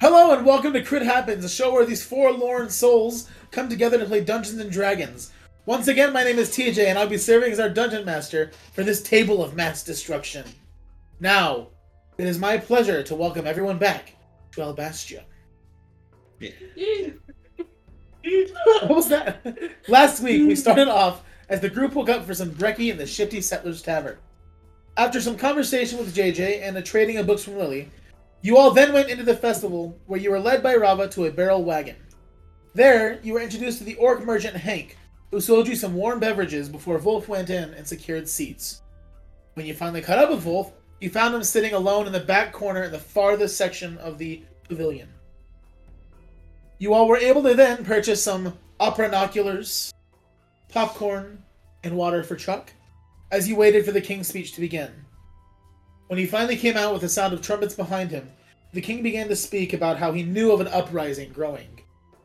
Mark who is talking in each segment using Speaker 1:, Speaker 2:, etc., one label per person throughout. Speaker 1: Hello and welcome to Crit Happens, a show where these forlorn souls come together to play Dungeons and Dragons. Once again, my name is TJ, and I'll be serving as our dungeon master for this table of mass destruction. Now, it is my pleasure to welcome everyone back to Albastia. What was that? Last week, we started off as the group woke up for some brekkie in the shifty settlers tavern. After some conversation with JJ and a trading of books from Lily, you all then went into the festival where you were led by Rava to a barrel wagon. There, you were introduced to the orc merchant Hank, who sold you some warm beverages before Wolf went in and secured seats. When you finally caught up with Wolf, you found him sitting alone in the back corner in the farthest section of the pavilion. You all were able to then purchase some opera binoculars, popcorn, and water for Chuck as you waited for the king's speech to begin. When he finally came out with the sound of trumpets behind him, the king began to speak about how he knew of an uprising growing,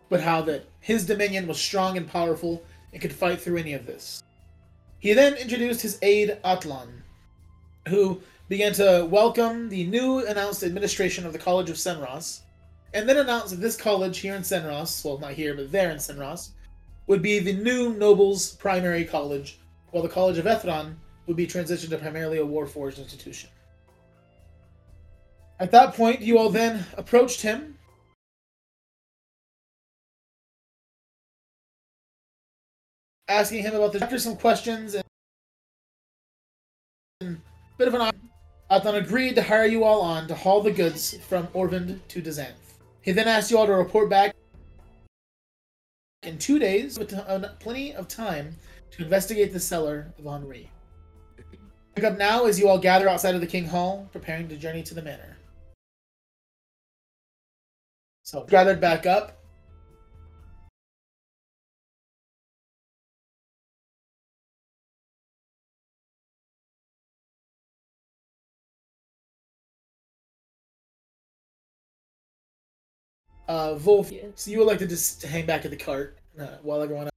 Speaker 1: but how that his dominion was strong and powerful and could fight through any of this. He then introduced his aide Atlan, who began to welcome the new announced administration of the College of Senros, and then announced that this college here in Senros, well, not here, but there in Senros, would be the new nobles' primary college, while the College of Ethron would be transitioned to primarily a warforged institution. At that point, you all then approached him. Asking him about the after some questions and and a bit of an Athan agreed to hire you all on to haul the goods from Orvin to Dazanth. He then asked you all to report back in two days with uh, plenty of time to investigate the cellar of Henri. Pick up now as you all gather outside of the King Hall, preparing to journey to the manor. So, gathered back up. Uh, Wolf,
Speaker 2: Yeah.
Speaker 1: so you would like to just hang back at the cart uh, while everyone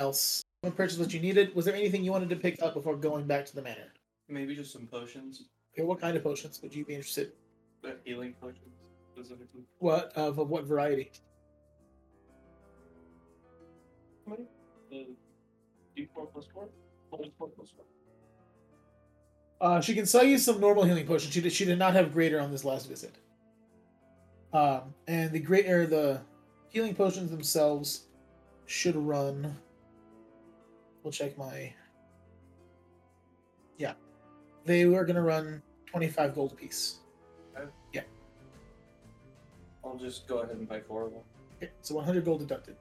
Speaker 1: else purchased what you needed. Was there anything you wanted to pick up before going back to the manor?
Speaker 3: Maybe just some potions,
Speaker 1: Okay, what kind of potions would you be interested?
Speaker 3: but healing potions specifically.
Speaker 1: What uh, of of what variety?
Speaker 3: The D4 plus four? Only four plus four.
Speaker 1: Uh, she can sell you some normal healing potions. She did, she did not have greater on this last visit. Um, and the great or the healing potions themselves should run. We'll check my. Yeah, they are gonna run twenty five gold apiece.
Speaker 3: I'll just go ahead and buy four of them.
Speaker 1: Okay, so 100 gold deducted.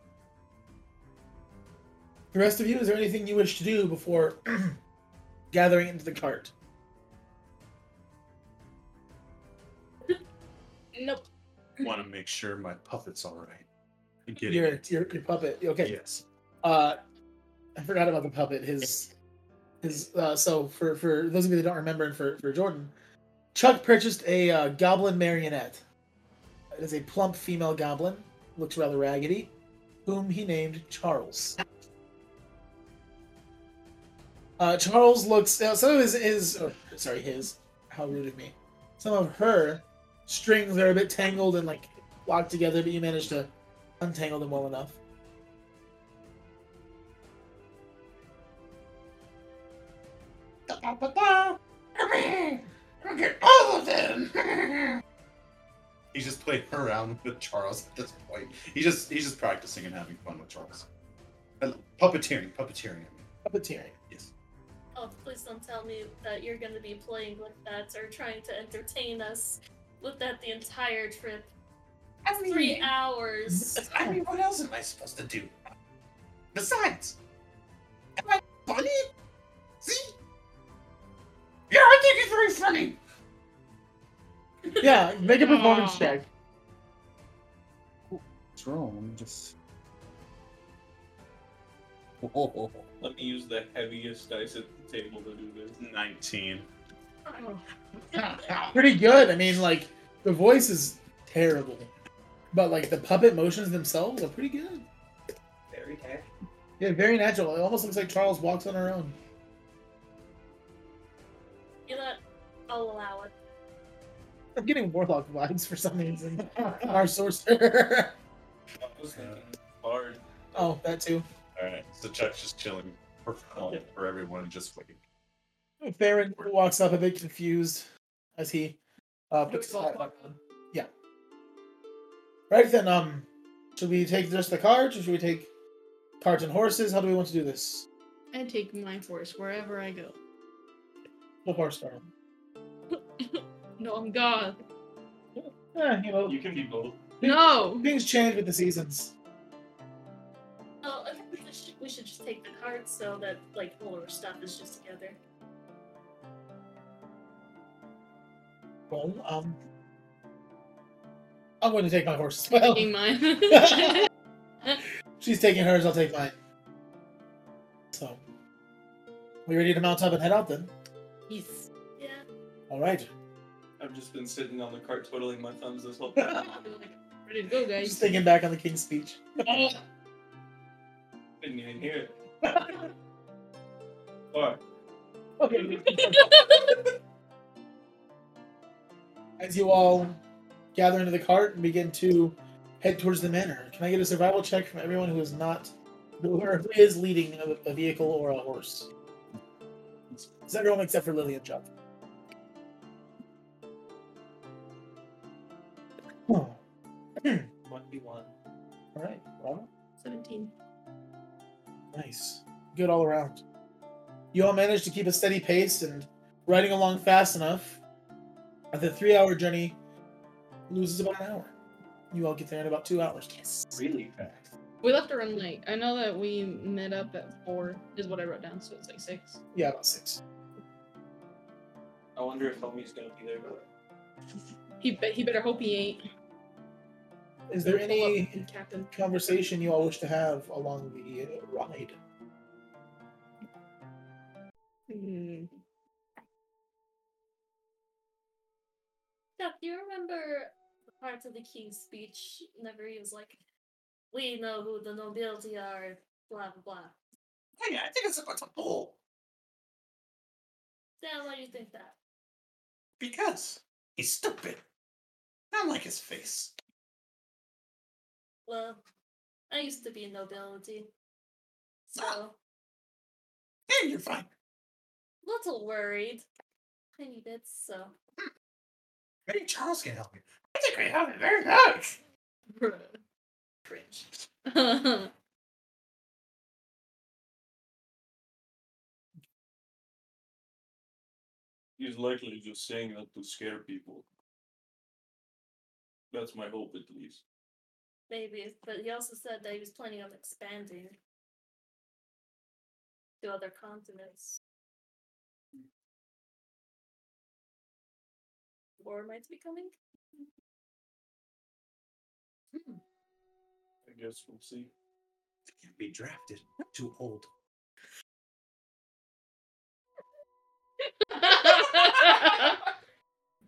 Speaker 1: The rest of you, is there anything you wish to do before gathering into the cart?
Speaker 2: Nope.
Speaker 4: want to make sure my puppet's all right. I'm kidding.
Speaker 1: Your, your your puppet. Okay.
Speaker 4: Yes.
Speaker 1: Uh, I forgot about the puppet. His his. Uh, so for for those of you that don't remember, and for for Jordan, Chuck purchased a uh, goblin marionette. It is a plump female goblin, looks rather raggedy, whom he named Charles. Uh, Charles looks. Uh, some of his his. Oh, sorry, his. How rude of me. Some of her strings are a bit tangled and like locked together, but you managed to untangle them well enough.
Speaker 4: He's just playing around with Charles at this point. He's just he's just practicing and having fun with Charles. And puppeteering, puppeteering. I mean.
Speaker 1: Puppeteering.
Speaker 4: Yes.
Speaker 2: Oh, please don't tell me that you're going to be playing with that or trying to entertain us with that the entire trip.
Speaker 4: I mean,
Speaker 2: Three hours.
Speaker 4: I mean, what else am I supposed to do? Besides, am I funny? See? Yeah, I think he's very funny.
Speaker 1: Yeah, make a performance check.
Speaker 4: What's wrong? Let me just. Oh, Whoa.
Speaker 3: Let me use the heaviest dice at the table to do this.
Speaker 4: 19.
Speaker 1: Pretty good. I mean, like the voice is terrible, but like the puppet motions themselves are pretty good.
Speaker 3: Very happy.
Speaker 1: Yeah, very natural. It almost looks like Charles walks on her own.
Speaker 2: You know, what? I'll allow it.
Speaker 1: I'm getting warlock vibes for some reason. Our sorcerer.
Speaker 3: I was thinking bard.
Speaker 1: oh, that too.
Speaker 4: Alright, so Chuck's just chilling for, for everyone, just waiting.
Speaker 1: Baron walks up a bit confused as he uh, puts his hat back on. Yeah. Right then, um, should we take just the cards, or should we take cards and horses? How do we want to do this?
Speaker 5: I take my horse wherever I go.
Speaker 1: No horse start.
Speaker 5: No, I'm God.
Speaker 1: Yeah, Eh, you know,
Speaker 3: You can be both.
Speaker 5: No!
Speaker 1: things change with the seasons.
Speaker 2: Oh, I think we should, we should just take the cards so that like all of our stuff is just together.
Speaker 1: Well, um, I'm going to take my horse as well.
Speaker 5: Taking mine.
Speaker 1: She's taking hers. I'll take mine. So, we ready to mount up and head out then?
Speaker 5: Yes.
Speaker 2: Yeah.
Speaker 1: All right.
Speaker 3: I've just been sitting on the cart twiddling my thumbs this whole time.
Speaker 5: Ready to go,
Speaker 1: Just
Speaker 5: guys.
Speaker 1: thinking back on the king's speech.
Speaker 3: Didn't even hear it. Or
Speaker 1: Okay. As you all gather into the cart and begin to head towards the manor, can I get a survival check from everyone who is not, or who is leading a, a vehicle or a horse? Is everyone except for Lily and Chuck? Oh,
Speaker 3: lucky one.
Speaker 1: all right, well,
Speaker 5: 17.
Speaker 1: nice, good all around. You all managed to keep a steady pace and riding along fast enough. That the three-hour journey loses about an hour. You all get there in about two hours.
Speaker 5: Yes.
Speaker 3: Really fast.
Speaker 5: We left around late. I know that we met up at 4 is what I wrote down, so it's like 6.
Speaker 1: Yeah, about six.
Speaker 3: I wonder if Homie's gonna be there.
Speaker 5: He, be- he better hope he ain't.
Speaker 1: Is there
Speaker 5: Pull up
Speaker 1: any
Speaker 5: and cap him.
Speaker 1: conversation you all wish to have along the uh, ride?
Speaker 5: Hmm.
Speaker 2: Chuck, do you remember the part of the king's speech? Never he was like, "We know who the nobility are." Blah blah blah.
Speaker 4: Hey, I think it's about to bull.
Speaker 2: Dan, why do you think that?
Speaker 4: Because he's stupid. Not like his face.
Speaker 2: Well, I used to be nobility, so
Speaker 4: Hey, you're fine.
Speaker 2: little worried. Tiny bits, so
Speaker 4: Maybe Charles can help you. I think we help you very much.
Speaker 2: cringe.
Speaker 5: Bruh.
Speaker 3: He's likely just saying that to scare people. That's my hope, at least.
Speaker 2: Maybe, but he also said that he was planning on expanding to other continents. War might be coming.
Speaker 3: I guess we'll see.
Speaker 4: He can't be drafted. Not too old.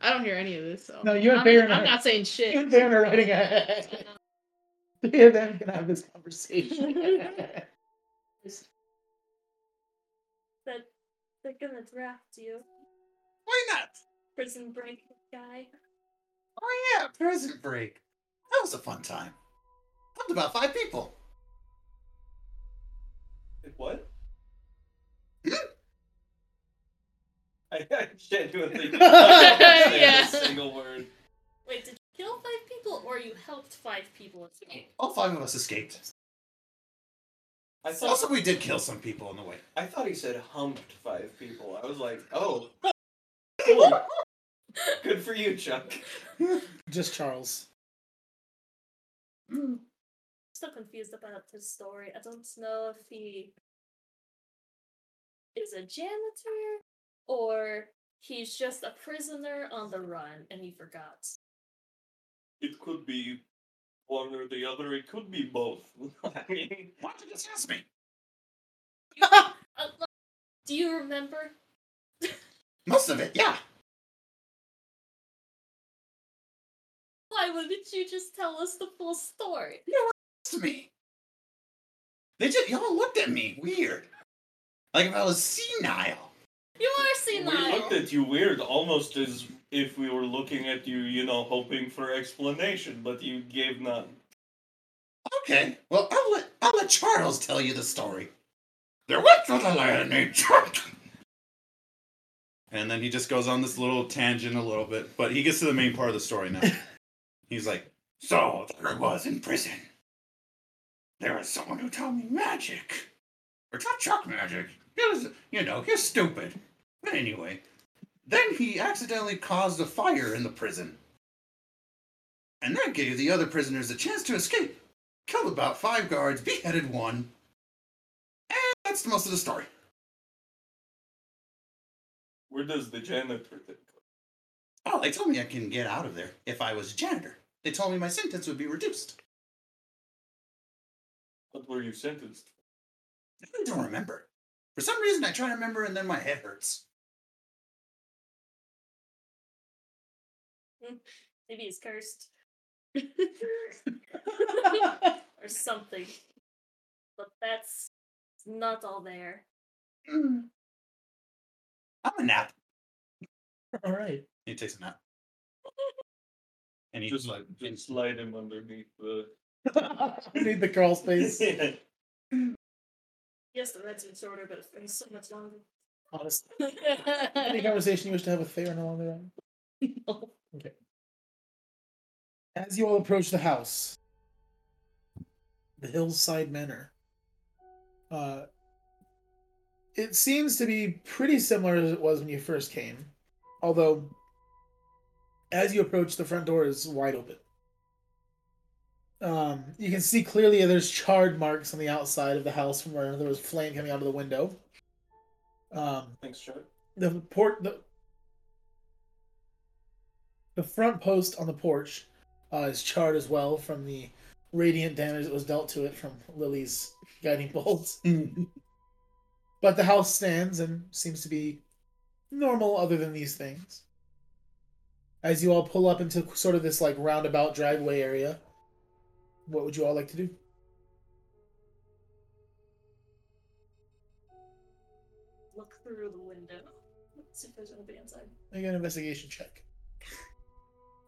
Speaker 5: I don't hear any of this. So.
Speaker 1: No, you and
Speaker 5: I'm,
Speaker 1: Baron
Speaker 5: I'm
Speaker 1: are-
Speaker 5: not saying shit.
Speaker 1: You and Darren are riding ahead. Three of them can have this conversation.
Speaker 2: But they're gonna draft you,
Speaker 4: Why not?
Speaker 2: prison break guy.
Speaker 4: Oh yeah, prison break. That was a fun time. Helped about five people.
Speaker 3: What? I, I genuinely
Speaker 1: Yeah.
Speaker 3: understand a single word.
Speaker 2: Wait, did you kill five people or you helped five people escape?
Speaker 4: All five of us escaped.
Speaker 3: I thought
Speaker 4: Also, we did kill some people on the way.
Speaker 3: I thought he said humped five people. I was like, oh. Good for you, Chuck.
Speaker 1: Just Charles.
Speaker 2: still confused about his story. I don't know if he is a janitor or he's just a prisoner on the run and he forgot.
Speaker 3: It could be one or the other. It could be both. I mean,
Speaker 4: Why don't you just ask me?
Speaker 2: Uh, no- do you remember?
Speaker 4: Most of it, yeah.
Speaker 2: Why wouldn't you just tell us the full story?
Speaker 4: to me. They just y'all looked at me weird, like if I was senile.
Speaker 2: You are
Speaker 3: We
Speaker 2: senile.
Speaker 3: looked at you weird, almost as if we were looking at you, you know, hoping for explanation, but you gave none.
Speaker 4: Okay, well, I'll let, I'll let Charles tell you the story. There was a lion named Charles. And then he just goes on this little tangent a little bit, but he gets to the main part of the story now. He's like, So there I was in prison. There was someone who taught me magic. Or taught Chuck magic. He was, you know, he's stupid. But anyway, then he accidentally caused a fire in the prison. And that gave the other prisoners a chance to escape killed about five guards, beheaded one, and that's the most of the story.
Speaker 3: Where does the janitor think?
Speaker 4: Oh, they told me I can get out of there if I was a janitor. They told me my sentence would be reduced.
Speaker 3: What were you sentenced?
Speaker 4: I don't remember. For some reason, I try to remember, and then my head hurts.
Speaker 2: Maybe he's cursed
Speaker 1: I
Speaker 2: or something. But that's not all there.
Speaker 4: Mm. I'm a nap.
Speaker 1: All right.
Speaker 4: He takes a nap. And he
Speaker 3: Just, just slide him underneath the.
Speaker 1: Need the crawl space.
Speaker 2: Yes, the red's been shorter, but it's been so much longer.
Speaker 1: Honestly, any conversation you wish to have with Theron along the road? Okay. As you all approach the house, the hillside manor, uh, it seems to be pretty similar as it was when you first came, although as you approach, the front door is wide open. Um, you can see clearly there's charred marks on the outside of the house from where there was flame coming out of the window. Um,
Speaker 3: Thanks, Chuck.
Speaker 1: the port the, the front post on the porch uh, is charred as well from the radiant damage that was dealt to it from Lily's guiding bolts. but the house stands and seems to be normal other than these things. As you all pull up into sort of this like roundabout driveway area, what would you all like to do?
Speaker 2: Look through the window. Let's see if there's anybody inside.
Speaker 1: Make an investigation check.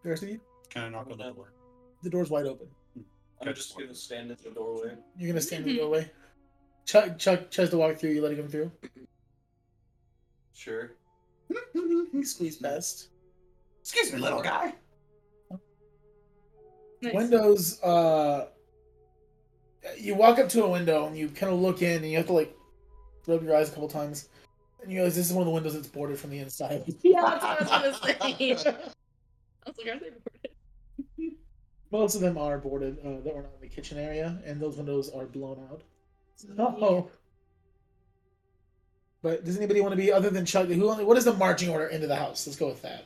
Speaker 1: The rest of you?
Speaker 4: kind of knock on the door.
Speaker 1: The door's wide open.
Speaker 3: I'm just gonna stand at the doorway.
Speaker 1: You're gonna stand in
Speaker 5: Mhm.
Speaker 1: the doorway. Chuck Chuck tries to walk through. You letting him through?
Speaker 3: Sure.
Speaker 1: He squeezed past.
Speaker 4: Excuse me, little guy.
Speaker 5: Nice.
Speaker 1: Windows. Uh, you walk up to a window and you kind of look in and you have to like rub your eyes a couple times. And you realize this is one of the windows that's boarded from the inside.
Speaker 5: Yeah, that's what I was gonna say. I was like, are they recorded?
Speaker 1: Most of them are boarded uh, that were not in the kitchen area, and those windows are blown out. Oh. But does anybody want to be other than Chuck? Who? What is the marching order into the house? Let's go with that.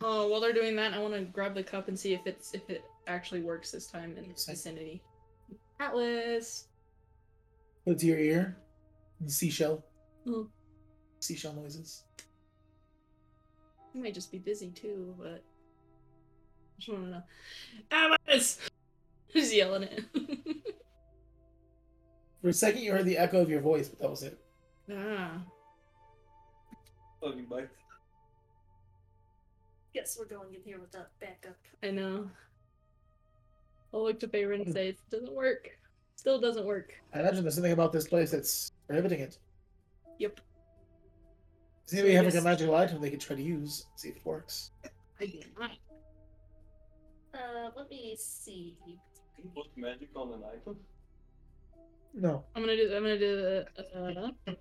Speaker 5: Oh, while they're doing that, I want to grab the cup and see if it's if it actually works this time in this
Speaker 1: Same.
Speaker 5: vicinity. Atlas.
Speaker 1: Go to your ear. and Seashell.
Speaker 5: Mm.
Speaker 1: Seashell noises.
Speaker 5: You might just be busy too, but I just want to know. Atlas. Just yelling it.
Speaker 1: For a second, you heard the echo of your voice, but that was it.
Speaker 5: ah.
Speaker 3: Love you, bye.
Speaker 2: Guess we're going in here without backup.
Speaker 5: I know. I'll look to Bayron and say it doesn't work. Still doesn't work.
Speaker 1: I imagine there's something about this place that's prohibiting it.
Speaker 5: Yep.
Speaker 1: Does anybody
Speaker 5: So I
Speaker 1: have like a
Speaker 5: guess-
Speaker 1: magical item they could try to use? See if it works.
Speaker 5: I do not.
Speaker 2: Uh, let me see.
Speaker 3: Can you put magic on an item?
Speaker 1: No.
Speaker 5: I'm gonna do. I'm gonna do the. Uh,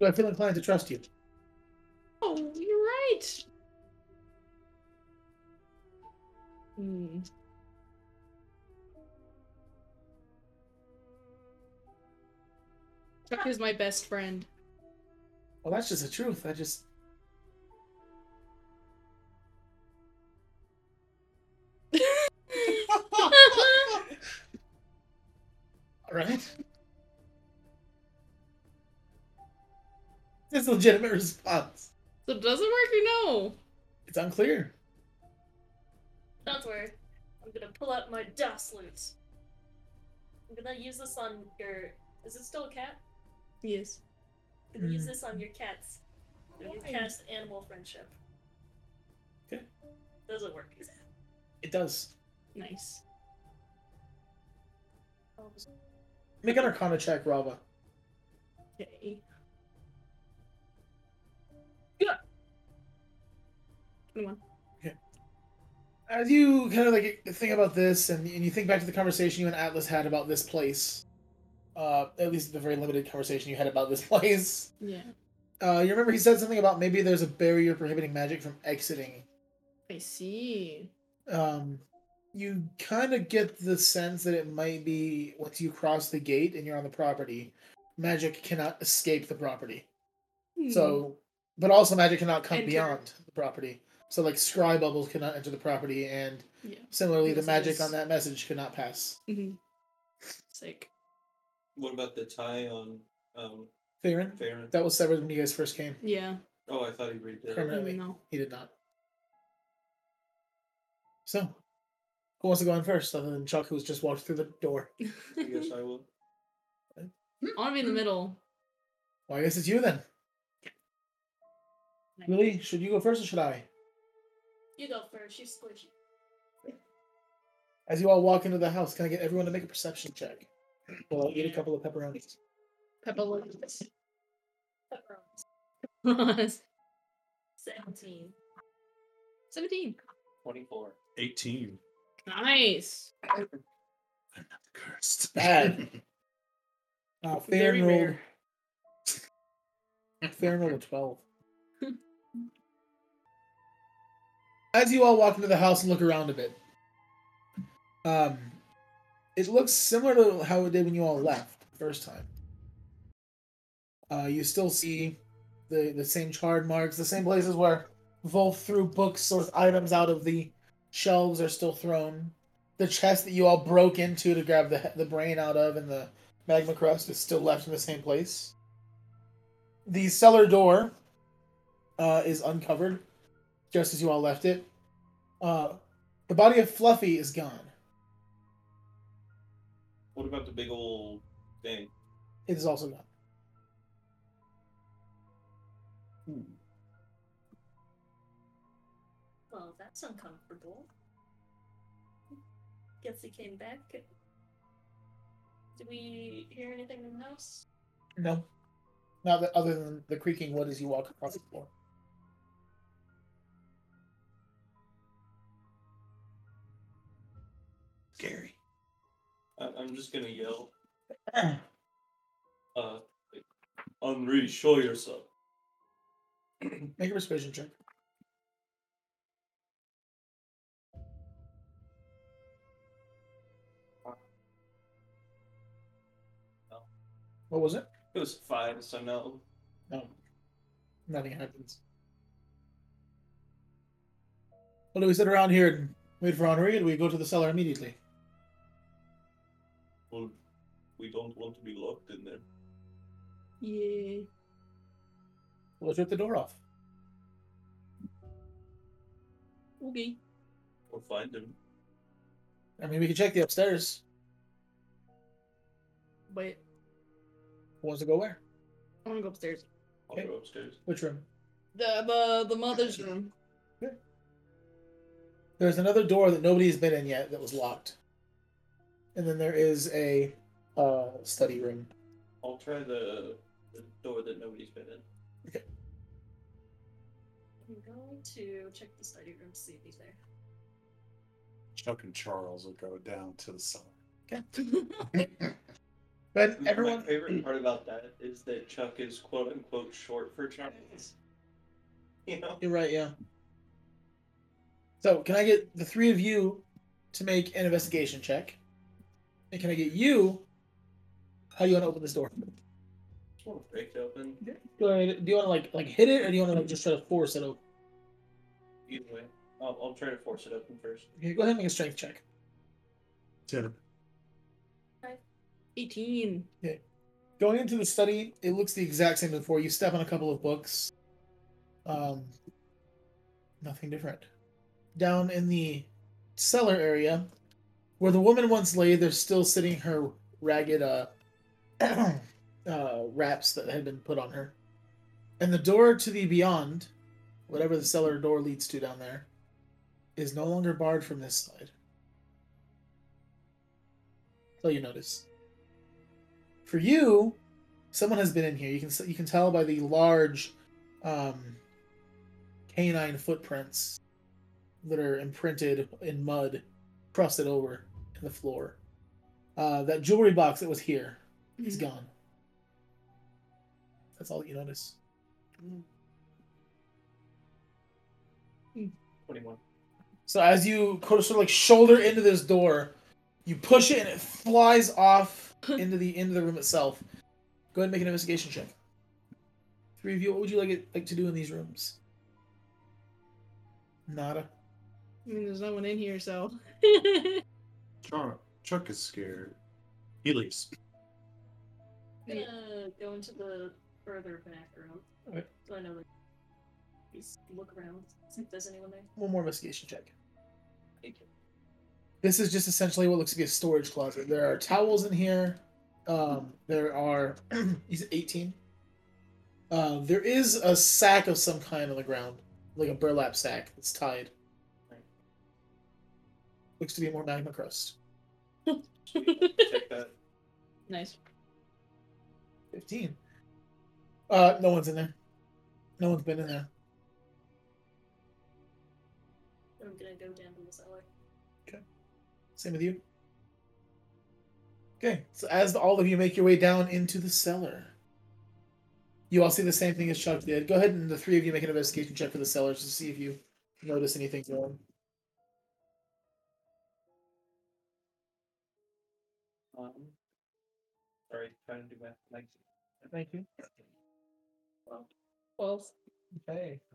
Speaker 1: Do I feel inclined to trust you?
Speaker 5: oh, you're right. Hmm. Chuck is my best friend.
Speaker 1: Well, that's just the truth. I just.
Speaker 5: Oh.
Speaker 1: All right. It's a legitimate response.
Speaker 5: so does it work or no?
Speaker 1: It's unclear.
Speaker 2: Don't worry. I'm gonna pull out my DOS loot. I'm gonna use this on your. Is it still a cat?
Speaker 5: Yes.
Speaker 2: I'm gonna use
Speaker 1: Mm.
Speaker 2: this on your cats. I'm gonna cast animal friendship.
Speaker 1: Okay.
Speaker 2: Doesn't work.
Speaker 1: It does.
Speaker 5: Nice.
Speaker 1: Make an Arcana check, Rava.
Speaker 5: Okay. Yeah. Come on.
Speaker 1: As you kind of like think about this, and, and you think back to the conversation you and Atlas had about this place, uh, at least the very limited conversation you had about this place,
Speaker 5: Yeah.
Speaker 1: uh, you remember he said something about maybe there's a barrier prohibiting magic from exiting
Speaker 5: I see.
Speaker 1: um, you kind of get the sense that it might be once you cross the gate and you're on the property, magic cannot escape the property.
Speaker 5: Hmm.
Speaker 1: So, but also magic cannot come
Speaker 5: Enter.
Speaker 1: beyond the property. So, like scry bubbles cannot enter the property, and
Speaker 5: Yeah.
Speaker 1: similarly, the magic
Speaker 5: Messages.
Speaker 1: on that message could not pass.
Speaker 5: hmm Sick.
Speaker 3: What about the tie on um,
Speaker 1: Theron,
Speaker 3: Farron?
Speaker 1: that was severed when you guys first came.
Speaker 5: Yeah.
Speaker 3: Oh, I thought he read that.
Speaker 1: Permanently,
Speaker 5: No.
Speaker 1: he did not. So, who wants to go on first, other than Chuck, who's just walked through the door?
Speaker 3: I guess I will.
Speaker 5: I want to be in the middle.
Speaker 1: Well, I guess it's you then. Really? Should you go first or should I?
Speaker 2: You go first. She's squishy.
Speaker 1: As you all walk into the house, can I get everyone to make a perception check? Well, I'll eat a
Speaker 5: Yeah.
Speaker 1: couple of pepperonis.
Speaker 5: Pepperoni.
Speaker 2: Pepperoni. Seventeen.
Speaker 5: Seventeen.
Speaker 3: 24.
Speaker 4: 18.
Speaker 5: Nice.
Speaker 4: I'm not cursed.
Speaker 1: Bad. Uh,
Speaker 5: Very
Speaker 1: Theron rolled,
Speaker 5: rare.
Speaker 1: Theron rolled a 12. As you all walk into the house and look around a bit, um, it looks similar to how it did when you all left the first time. Uh, you still see the, the same charred marks, the same places where Volf threw books or items out of the shelves are still thrown. The chest that you all broke into to grab the the brain out of and the magma crust is still left in the same place. The cellar door uh, is uncovered, just as you all left it. Uh, the body of Fluffy is gone.
Speaker 3: What about the big old thing?
Speaker 1: It is also gone.
Speaker 2: Well, that's uncomfortable. Guess he came back. Did we hear anything in the house?
Speaker 1: No, not that other than the creaking wood as you walk across the floor.
Speaker 4: Scary.
Speaker 3: I- I'm just gonna yell. Uh, like, Henri, show yourself.
Speaker 1: Make a persuasion check. What was it?
Speaker 3: It was five, so no.
Speaker 1: No, nothing happens. Well, do we sit around here and wait for Henri, or do we go to the cellar immediately?
Speaker 3: Well, we don't want to be locked in there.
Speaker 5: Yeah.
Speaker 1: Well, let's rip the door off.
Speaker 5: Okay.
Speaker 3: Or find him.
Speaker 1: I mean, we can check the upstairs.
Speaker 5: Wait.
Speaker 1: Who wants to go where?
Speaker 5: I want to go upstairs.
Speaker 3: I'll
Speaker 1: Okay.
Speaker 3: go upstairs.
Speaker 1: Which room?
Speaker 5: The the, the mother's room.
Speaker 1: There's another door that nobody's been in yet that was locked. And then there is a uh, study room.
Speaker 3: I'll try the, the door that nobody's been in.
Speaker 2: I'm going to check the study room to see if he's there.
Speaker 4: Chuck and Charles will go down to the cellar.
Speaker 1: But
Speaker 3: My-
Speaker 1: everyone,
Speaker 3: My favorite part about that is that Chuck is quote unquote short for Chinese. You know?
Speaker 1: You're right, yeah. So, can I get the three of you to make an investigation check? And can I get you how you want to open this door?
Speaker 3: Just want to break it open
Speaker 1: Go ahead. Do you want to like like hit it, or do you want to like just try to force it open?
Speaker 3: either way. I'll, I'll try to force it open first.
Speaker 1: Okay, go ahead and make a strength check.
Speaker 4: 10.
Speaker 5: Eighteen.
Speaker 1: Going into the study, it looks the exact same as before. You step on a couple of books. Um, nothing different. Down in the cellar area, where the woman once lay, there's still sitting her ragged uh, uh, wraps that had been put on her. And the door to the beyond, whatever the cellar door leads to down there, is no longer barred from this side. So you notice. For you, someone has been in here. You can s- you can tell by the large um, canine footprints that are imprinted in mud, crusted over in the floor. Uh, that jewelry box that was here is gone. That's all that you notice.
Speaker 3: 21.
Speaker 1: So as you co- sort of like shoulder into this door, you push it and it flies off into the into the room itself. Go ahead and make an investigation check. Three of you, what would you like it, like to do in these rooms? Nada.
Speaker 5: I mean, there's no one in here, so.
Speaker 4: Chuck, Chuck is scared. He leaves.
Speaker 2: I'm gonna go into the further back room.
Speaker 1: Alright.
Speaker 2: So I know that. Just look around, see if there's anyone there.
Speaker 1: One more investigation check.
Speaker 2: Thank you.
Speaker 1: This is just essentially what looks to be a storage closet. There are towels in here. Um, there are. he's 18. Uh, there is a sack of some kind on the ground, like a burlap sack that's tied. Looks to be more magma crust.
Speaker 3: Check that.
Speaker 5: nice.
Speaker 1: 15. Uh, no one's in there. No one's been in there.
Speaker 2: I'm gonna go down to the cellar.
Speaker 1: Same with you. Okay, so as all of you make your way down into the cellar, you all see the same thing as Chuck did. Go ahead and the three of you make an investigation check for the cellars to see if you notice anything going.
Speaker 3: Um, sorry, trying to do math. Thanks.
Speaker 1: Thank you.
Speaker 5: Well,
Speaker 1: Okay.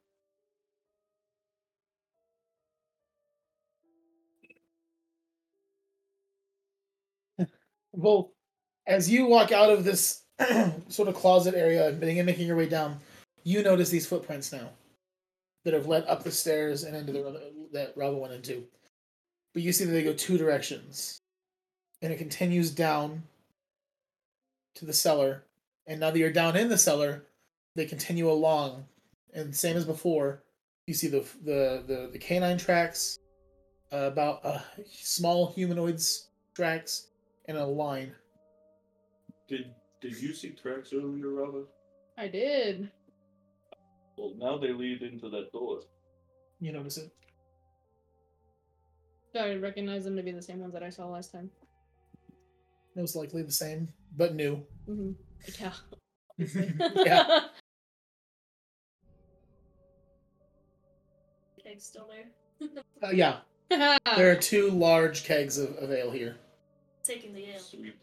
Speaker 1: well, as you walk out of this sort of closet area and begin making your way down, you notice these footprints now that have led up the stairs and into the room that Rava went into. But you see that they go two directions, and it continues down to the cellar. And now that you're down in the cellar, they continue along and same as before, you see the the the, the canine tracks, uh, about uh, small humanoids tracks, and a line.
Speaker 3: Did Did you see tracks earlier, Robert?
Speaker 5: I did.
Speaker 3: Well, now they lead into that door.
Speaker 1: You notice it.
Speaker 5: So I recognize them to be the same ones that I saw last time.
Speaker 1: It was likely the same, but new.
Speaker 5: Mm-hmm. Yeah.
Speaker 1: Yeah.
Speaker 2: Okay, still there.
Speaker 1: Uh, yeah, there are two large kegs of, of ale here.
Speaker 2: Taking the uh, ale.
Speaker 3: Sweet.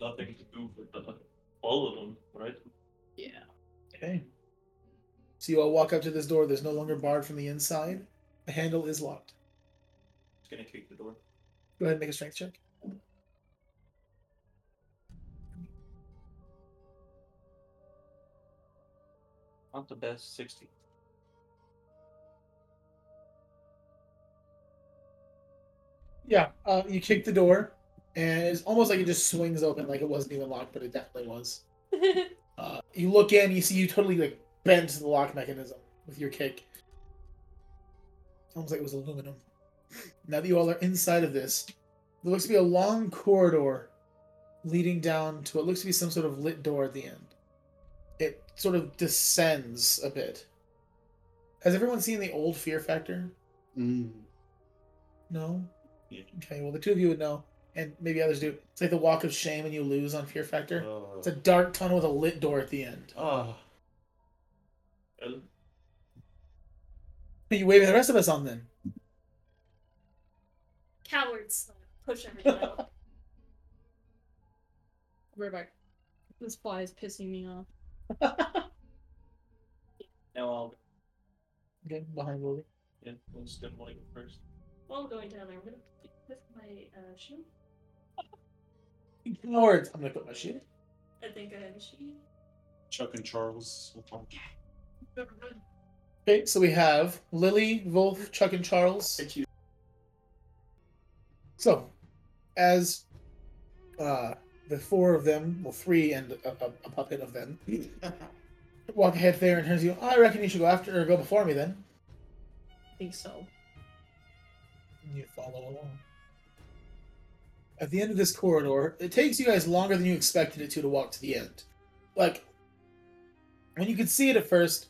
Speaker 3: Nothing to do with the, all of them, right?
Speaker 5: yeah.
Speaker 1: Okay. So you all walk up to this door. There's no longer barred from the inside. The handle is locked.
Speaker 3: Just gonna kick the door.
Speaker 1: Go ahead and make a strength check.
Speaker 3: Not the best. Sixty.
Speaker 1: Yeah, uh, you kick the door, and it's almost like it just swings open, like it wasn't even locked, but it definitely was. Uh, you look in, you see you totally like bent the lock mechanism with your kick. Almost like it was aluminum. Now that you all are inside of this, there looks to be a long corridor leading down to what looks to be some sort of lit door at the end. It sort of descends a bit. Has everyone seen the old Fear Factor?
Speaker 4: Mm.
Speaker 1: No?
Speaker 3: Yeah.
Speaker 1: Okay, well, the two of you would know, and maybe others do. It's like the walk of shame and you lose on Fear Factor.
Speaker 6: Uh,
Speaker 4: Uh,
Speaker 1: It's a dark tunnel with a lit door at the end.
Speaker 3: Well,
Speaker 1: Are you waving the rest of us on then?
Speaker 2: Cowards. Push everyone out.
Speaker 5: Right back. This fly is pissing me off.
Speaker 3: now I'll.
Speaker 1: Okay, behind Lily.
Speaker 3: Yeah, I just didn't want to go first.
Speaker 2: While going down there, I'm gonna put my uh, shoe.
Speaker 1: Cowards! I'm gonna put my shit.
Speaker 2: I think I have a shoe.
Speaker 4: Chuck and Charles. will talk.
Speaker 1: Okay, so we have Lily, Wolf, Chuck, and Charles.
Speaker 3: Thank you.
Speaker 1: So, as uh, the four of them, well, three and a, a, a puppet of them, walk ahead there and turns to you. "Oh, I reckon you should go after or go before me then.
Speaker 5: I think so.
Speaker 1: And you follow along. At the end of this corridor, it takes you guys longer than you expected it to to walk to the end. Like, when you could see it at first,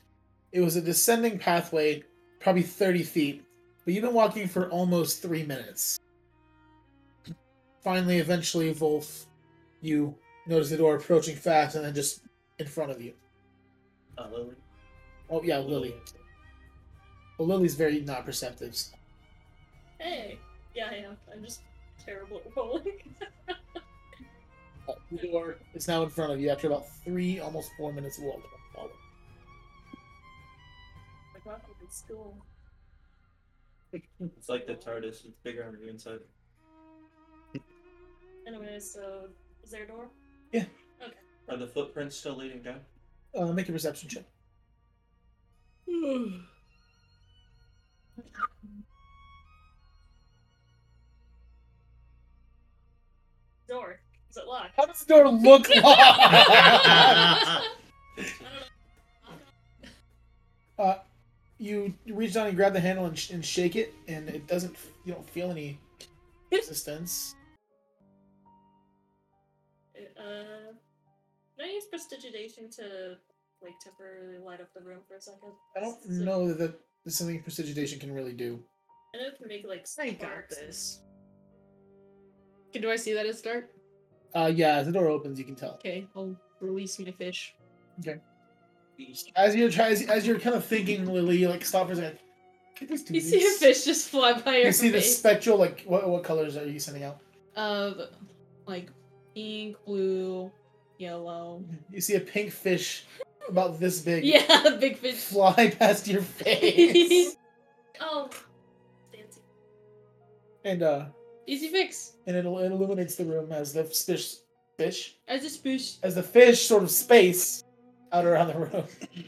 Speaker 1: it was a descending pathway, probably 30 feet, but you've been walking for almost three minutes. Finally, eventually, Wolf, you notice the door approaching fast and then just in front of you.
Speaker 3: Uh, Lily.
Speaker 1: Oh,
Speaker 3: Uh,
Speaker 1: yeah, Lily. Well, Lily's very not perceptive. so-
Speaker 2: Hey! Yeah, I am. I'm just terrible at rolling.
Speaker 1: Uh, The door is now in front of you after about three, almost four minutes of walking.
Speaker 2: like, not even school.
Speaker 3: It's like the TARDIS. It's bigger on the inside.
Speaker 2: Anyway, so is there a door?
Speaker 3: Are the footprints still leading down?
Speaker 1: Uh, make a perception check.
Speaker 2: Door. Is it locked?
Speaker 1: How does the door look? Uh, you reach down and grab the handle and, sh- and shake it, and it doesn't. You don't feel any resistance.
Speaker 2: Uh, can I use prestidigitation to like temporarily light up the room for a second?
Speaker 1: I don't
Speaker 2: So-
Speaker 1: know that there's something prestidigitation can really do.
Speaker 2: I know it can make like
Speaker 5: I
Speaker 2: sparks.
Speaker 5: got this. Okay, do I see that it's dark?
Speaker 1: Uh, yeah, as the door opens, you can tell.
Speaker 5: Okay, I'll release my fish.
Speaker 1: As you're try- as, as you're kind of thinking, Lily, you, like stop for a second. Can this do
Speaker 5: You see a
Speaker 1: this?
Speaker 5: fish just fly by your
Speaker 1: You see the
Speaker 5: face.
Speaker 1: spectral. Like, what what colors are you sending out?
Speaker 5: of like pink, blue, yellow.
Speaker 1: You see a pink fish, about this big,
Speaker 5: Yeah, big fish.
Speaker 1: fly past your face,
Speaker 2: Oh, fancy.
Speaker 1: and uh,
Speaker 5: Easy fix.
Speaker 1: and it, it illuminates the room as the fish fish
Speaker 5: I just fish.
Speaker 1: as the fish sort of space out around the room.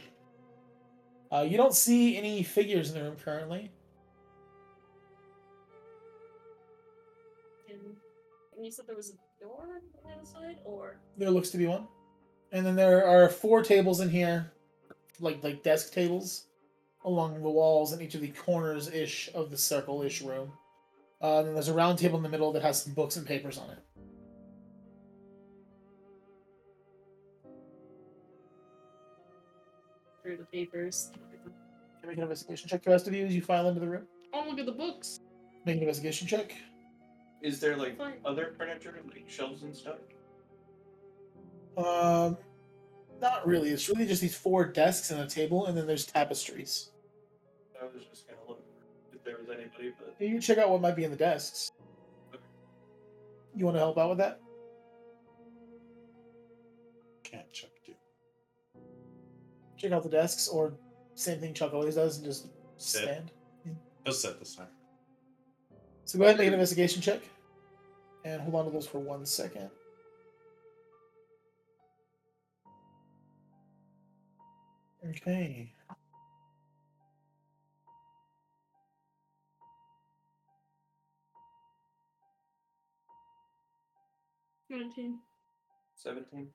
Speaker 1: Uh, you don't see any figures in the room currently.
Speaker 2: And, and you said there was a door on the other side, or
Speaker 1: There looks to be one, and then there are four tables in here, like like desk tables, along the walls in each of the corners ish of the circle ish room. Uh, and then there's a round table in the middle that has some books and papers on it.
Speaker 2: through the papers.
Speaker 1: Can I make an investigation check? The rest of you as you file into the room.
Speaker 5: Oh, look at the books.
Speaker 1: Make an investigation check.
Speaker 3: Is there like
Speaker 2: Fine.
Speaker 3: other furniture, like shelves and stuff?
Speaker 1: Um, not really. It's really just these four desks and a table, and then there's tapestries.
Speaker 3: I was just gonna look if there was anybody, but
Speaker 1: You check out what might be in the desks. You want to help out with that?
Speaker 4: Can't check, dude.
Speaker 1: Check out the desks, or same thing Chuck always does, and just
Speaker 4: Sit.
Speaker 1: stand.
Speaker 4: He'll set this time.
Speaker 1: So go ahead and make an investigation check, and hold on to those for one second. Okay.
Speaker 5: Nineteen.
Speaker 3: seventeen.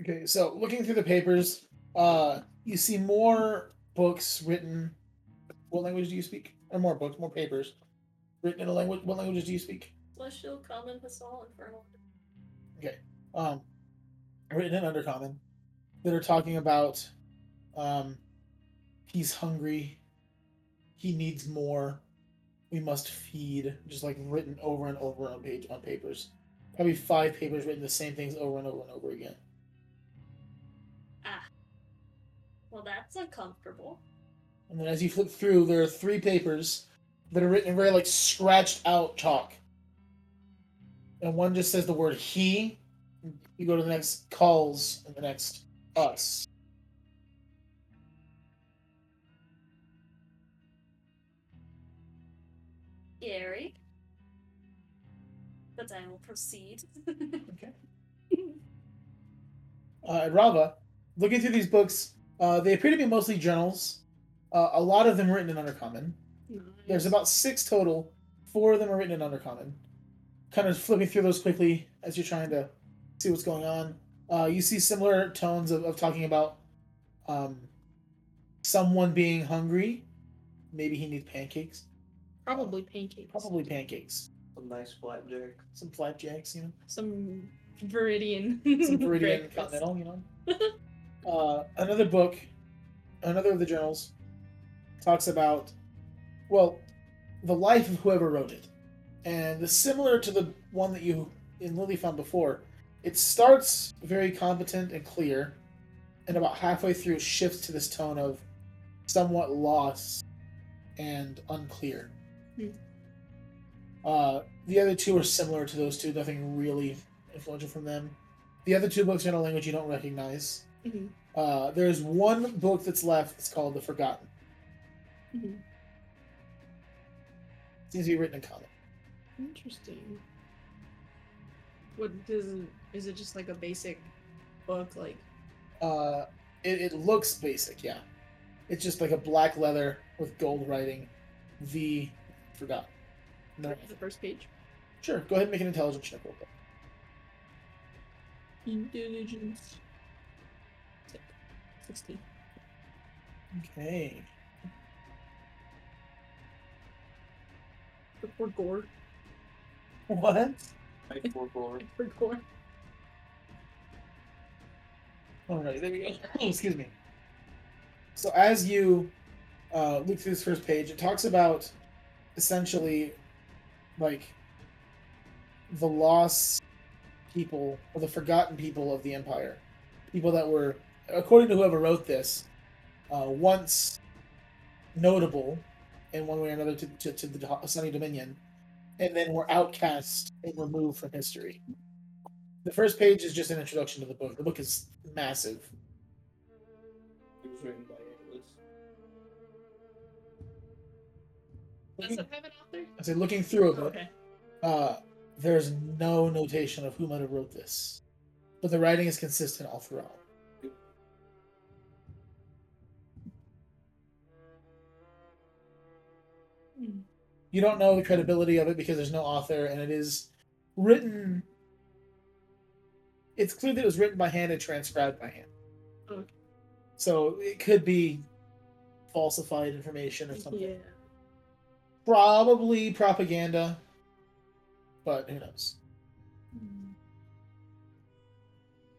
Speaker 1: Okay, so looking through the papers, uh, you see more books written. What language do you speak? Or more books, more papers written in a language. What languages do you speak?
Speaker 2: Celestial, common, basal, infernal.
Speaker 1: um, written in Undercommon that are talking about um, he's hungry, he needs more, we must feed, just like written over and over on page on papers. Probably five papers written the same things over and over and over again.
Speaker 2: Well, that's uncomfortable.
Speaker 1: And then as you flip through, there are three papers that are written in very like scratched out chalk. And one just says the word he. You go to the next calls and the next us.
Speaker 2: Gary. But I will proceed.
Speaker 1: uh, at Rava, looking through these books, uh, they appear to be mostly journals. Uh, a lot of them written in Undercommon. There's about six total. Four of them are written in Undercommon. kind of flipping through those quickly as you're trying to see what's going on. Uh, you see similar tones of, of talking about um, someone being hungry. Maybe he needs pancakes.
Speaker 5: Probably pancakes.
Speaker 1: Probably pancakes.
Speaker 3: A nice flapjack.
Speaker 1: Some flapjacks, you know.
Speaker 5: Some Viridian.
Speaker 1: some Viridian
Speaker 5: breakfast.
Speaker 1: Continental, you know. uh, another book, another of the journals, talks about, well, the life of whoever wrote it, and it's similar to the one that you in Lily found before. It starts very competent and clear, and about halfway through shifts to this tone of somewhat lost and unclear.
Speaker 5: Hmm.
Speaker 1: Uh, the other two are similar to those two. Nothing really influential from them. The other two books are in a language you don't recognize.
Speaker 5: Mhm.
Speaker 1: Uh, there's one book that's left. It's called The Forgotten.
Speaker 5: Mhm.
Speaker 1: Seems to be written in common.
Speaker 5: Interesting. What does it- is it just like a basic book like
Speaker 1: Uh, it, it looks basic, yeah. It's just like a black leather with gold writing. The Forgotten. No.
Speaker 5: the first page?
Speaker 1: Sure, go ahead and make an intelligence check real quick.
Speaker 5: Intelligence. Sick. Sixteen.
Speaker 1: Okay.
Speaker 5: Look For gore.
Speaker 1: What?
Speaker 3: I forgot.
Speaker 5: Look For gore.
Speaker 1: All right, Oh, there we go. Excuse me. So as you uh, look through this first page, it talks about essentially like the lost people or the forgotten people of the empire, people that were, according to whoever wrote this, uh, once notable in one way or another to, to, to the Do- Sunny Dominion, and then were outcast and removed from history the first page is just an introduction to the book. The book is massive.
Speaker 3: It was written by Atlas.
Speaker 5: Does it have an author?
Speaker 1: I say looking through it,
Speaker 5: Okay.
Speaker 1: uh, there's no notation of who might have wrote this, but the writing is consistent all throughout.
Speaker 5: Hmm.
Speaker 1: You don't know the credibility of it because there's no author, and it is written. It's clear that it was written by hand and transcribed by hand.
Speaker 5: Okay.
Speaker 1: So it could be falsified information or something.
Speaker 5: Yeah.
Speaker 1: Probably propaganda, but who knows?
Speaker 5: Hmm.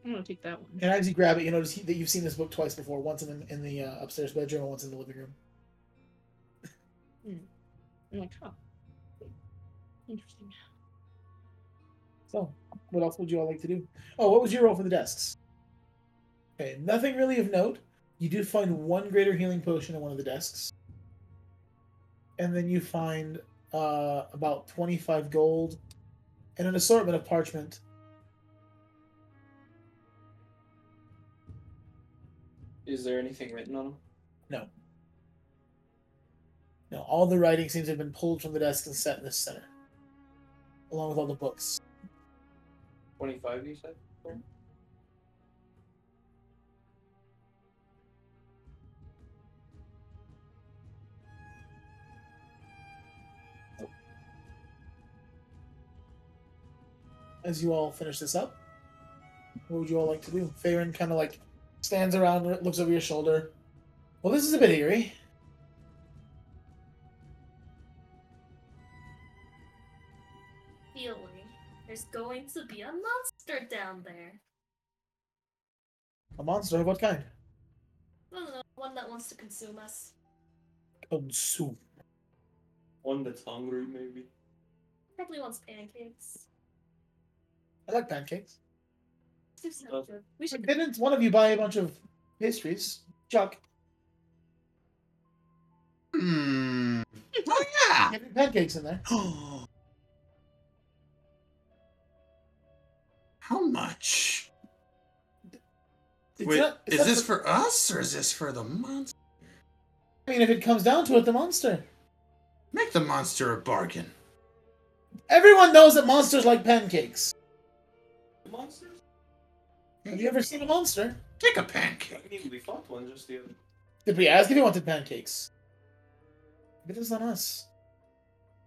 Speaker 5: I'm gonna take that one.
Speaker 1: And as you grab it, you notice he, that you've seen this book twice before. Once in the in the uh, upstairs bedroom, and once in the living room.
Speaker 5: I'm like, huh. Interesting.
Speaker 1: So, what else would you all like to do? Oh, what was your role for the desks? Okay, nothing really of note. You do find one greater healing potion in one of the desks, and then you find uh, about twenty-five gold and an assortment of parchment.
Speaker 3: Is there anything written on him?
Speaker 1: Now, all the writing seems to have been pulled from the desk and set in the center, along with all the books.
Speaker 3: 25, you said?
Speaker 1: as you all finish this up, what would you all like to do? Farron kind of like stands around, looks over your shoulder. Well, this is a bit eerie.
Speaker 2: feeling. There's going to be a monster down there.
Speaker 1: A monster of what kind?
Speaker 2: I don't know, one that wants to consume us.
Speaker 1: Consume.
Speaker 3: One that's hungry, maybe.
Speaker 2: Probably wants pancakes.
Speaker 1: I like pancakes.
Speaker 2: This is not good. We should.
Speaker 1: Didn't one of you buy a bunch of pastries? Chuck,
Speaker 4: Hmm. Oh yeah.
Speaker 1: get me pancakes in there.
Speaker 4: How much?
Speaker 1: It's
Speaker 4: Wait,
Speaker 1: not- it's
Speaker 4: is
Speaker 1: not-
Speaker 4: this for us or is this for the monster?
Speaker 1: I mean, if it comes down to it, the monster.
Speaker 4: Make the monster a bargain.
Speaker 1: Everyone knows that monsters like pancakes.
Speaker 3: Monsters?
Speaker 1: Have you ever seen a monster?
Speaker 4: Take a
Speaker 3: I
Speaker 4: pancake.
Speaker 3: mean, we fought one just the other.
Speaker 1: Did we ask if he wanted pancakes? But it was on us.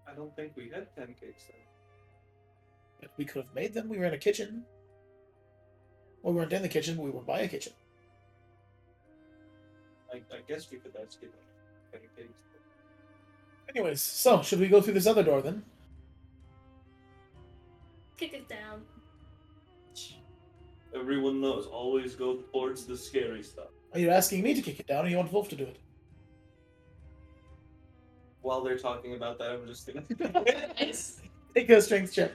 Speaker 3: I don't think we had pancakes then.
Speaker 1: If we could have made them, we were in a kitchen. Well, we weren't in the kitchen, but we were by a kitchen.
Speaker 3: I, I guess we could ask it.
Speaker 1: Anyways, so should we go through this other door then?
Speaker 2: Kick it down.
Speaker 3: Everyone knows, always go towards the scary stuff.
Speaker 1: Are you asking me to kick it down, or you want Wolf to do it?
Speaker 3: While they're talking about that, I'm just gonna.
Speaker 5: Nice.
Speaker 1: Take a strength check.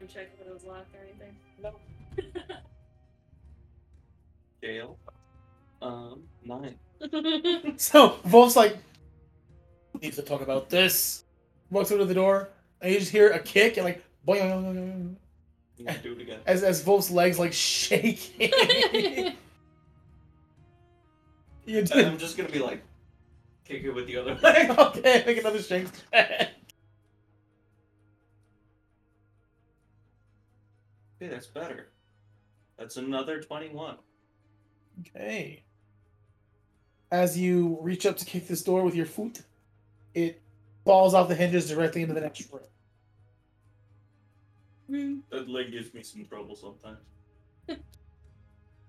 Speaker 2: I'm checking if it was locked or anything.
Speaker 3: Jail. Um, nine.
Speaker 1: So Wolf's like, needs to talk about this. Walks over to the door, and you just hear a kick and like, boing,
Speaker 3: You can do it again.
Speaker 1: as as Wolf's legs like shake. you
Speaker 3: And
Speaker 1: do.
Speaker 3: I'm just gonna be like, kick it with the other leg.
Speaker 1: Okay, make another strength check.
Speaker 3: Hey, that's better. That's another 21.
Speaker 1: Okay. As you reach up to kick this door with your foot, it falls off the hinges directly into the next room.
Speaker 3: That leg gives me some trouble sometimes.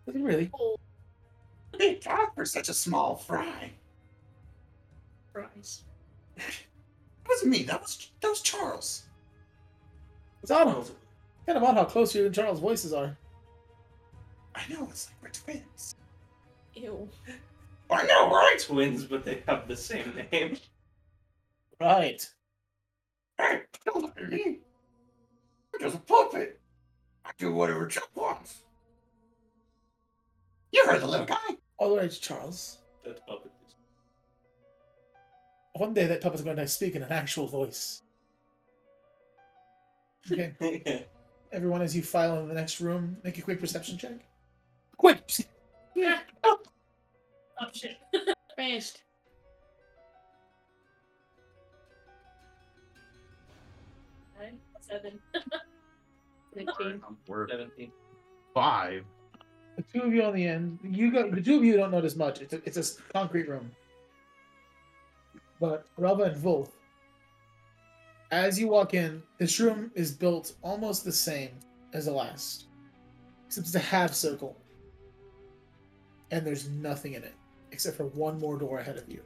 Speaker 1: Doesn't really.
Speaker 4: Big cock for such a small fry.
Speaker 5: Fries.
Speaker 4: That wasn't me. That was that was Charles.
Speaker 1: It's odd. how- Kind of odd how close you and Charles' voices are.
Speaker 4: I know. It's like we're twins.
Speaker 5: Ew.
Speaker 4: I know,
Speaker 3: They're
Speaker 4: right?
Speaker 3: twins, but they have the same name.
Speaker 1: Right.
Speaker 4: Hey, don't look at me. I'm just a puppet. I do whatever Chuck wants. You heard the little guy.
Speaker 1: All right, Charles.
Speaker 3: That's puppet.
Speaker 1: One day that puppet's going to speak in an actual voice. Okay, everyone, as you file in the next room, make a quick perception check. Quick!
Speaker 2: Oh shit.
Speaker 5: Finished.
Speaker 2: Nine, seven.
Speaker 5: Nineteen.
Speaker 6: We're
Speaker 3: 17.
Speaker 6: five.
Speaker 1: The two of you on the end, you got the two of you don't notice much. It's a, it's a s- concrete room. But Rava and Volth, as you walk in, this room is built almost the same as the last, except it's a half circle, and there's nothing in it except for one more door ahead of you.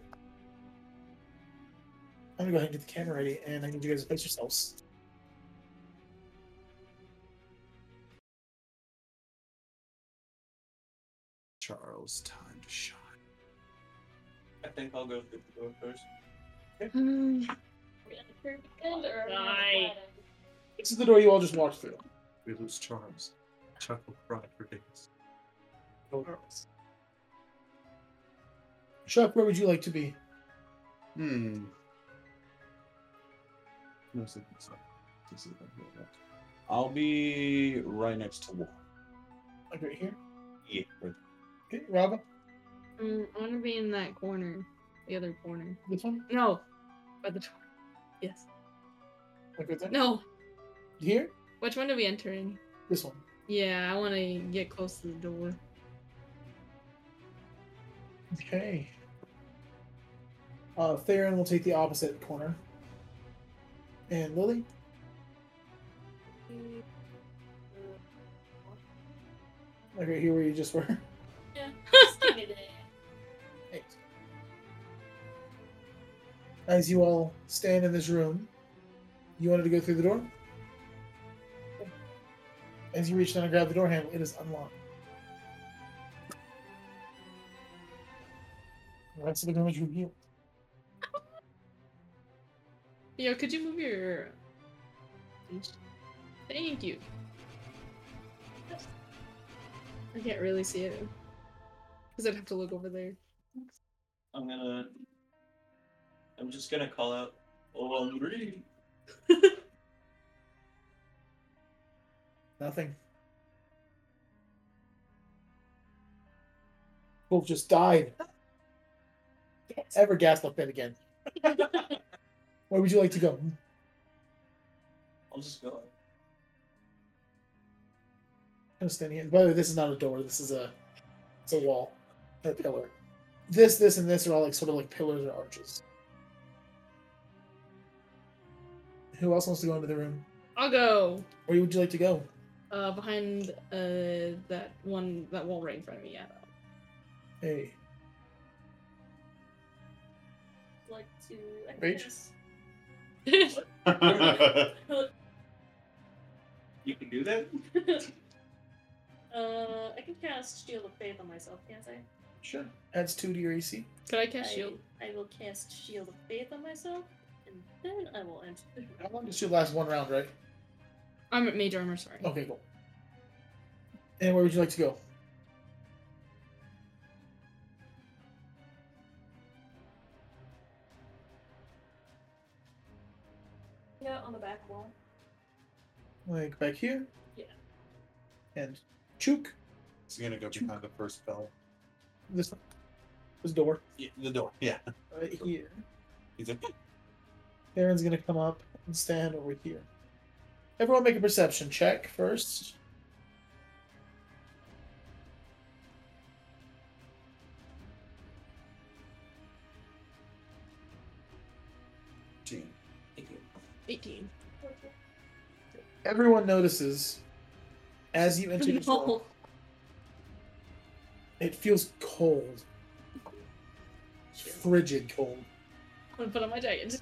Speaker 1: I'm gonna go ahead and get the camera ready, and I need you guys to place yourselves.
Speaker 4: Charles, time to shine.
Speaker 3: I think I'll go through the door first.
Speaker 2: Are we on the curved end or are we on
Speaker 5: Nine.
Speaker 2: the flat end?
Speaker 1: This is the door you all just walked through.
Speaker 4: We lose Charles. Chuck will cry for days.
Speaker 1: Chuck, where would you like to be?
Speaker 4: Hmm. I'll be right next to Wolf.
Speaker 1: Like right here?
Speaker 4: Yeah.
Speaker 1: Okay, Rava,
Speaker 5: Mm, I want to be in that corner. The other corner.
Speaker 1: this one?
Speaker 5: No. By the door. Yes.
Speaker 1: Like right there?
Speaker 5: No.
Speaker 1: Here?
Speaker 5: Which one do we enter in?
Speaker 1: This one.
Speaker 5: Yeah, I want to get close to the door.
Speaker 1: Okay. Uh, Theron will take the opposite corner. And Lily? Like right here where you just were.
Speaker 2: Just give me the-
Speaker 1: Thanks. As you all stand in this room, you wanted to go through the door? As you reach down and grab the door handle, it is unlocked. That's the damage revealed.
Speaker 5: Yo, could you move your. Thank you. I can't really see it. Because I'd have to look over there.
Speaker 3: I'm gonna. I'm just gonna call out. Oh, I'm ready.
Speaker 1: Nothing. Wolf just died. Don't ever gas like that again. Where would you like to go?
Speaker 3: I'll just go.
Speaker 1: I'm standing here. By the way, this is not a door. This is a it's a wall, or a pillar. This, this, and this are all like sort of like pillars or arches. Who else wants to go into the room?
Speaker 5: I'll go
Speaker 1: Where would you like to go?
Speaker 5: uh, behind uh, that one, that wall right in front of me. Yeah.
Speaker 1: Hey,
Speaker 2: Like to. I
Speaker 1: Rage?
Speaker 2: guess-
Speaker 3: You can do that?
Speaker 2: uh, I can cast Shield of Faith on myself, can't I?
Speaker 3: Sure.
Speaker 1: adds two to your AC.
Speaker 5: Could I cast shield?
Speaker 2: I, I will cast Shield of Faith on myself, and then I will enter. the room.
Speaker 1: How long does she last? One round, right?
Speaker 5: I'm at mage armor. Sorry.
Speaker 1: Okay, cool. And where would you like to go?
Speaker 2: Yeah, on the back wall.
Speaker 1: Like back here?
Speaker 2: Yeah.
Speaker 1: And chook
Speaker 4: It's gonna go behind the first bell.
Speaker 1: this this door
Speaker 4: Yeah, the door. Yeah.
Speaker 1: right here.
Speaker 4: He's like,
Speaker 1: Theron's gonna come up and stand over here. Everyone, make a perception check first.
Speaker 4: "Gene."
Speaker 5: 18.
Speaker 1: Everyone notices as you enter this room,
Speaker 5: No.
Speaker 1: it feels cold, frigid cold.
Speaker 5: I'm gonna put on my jacket.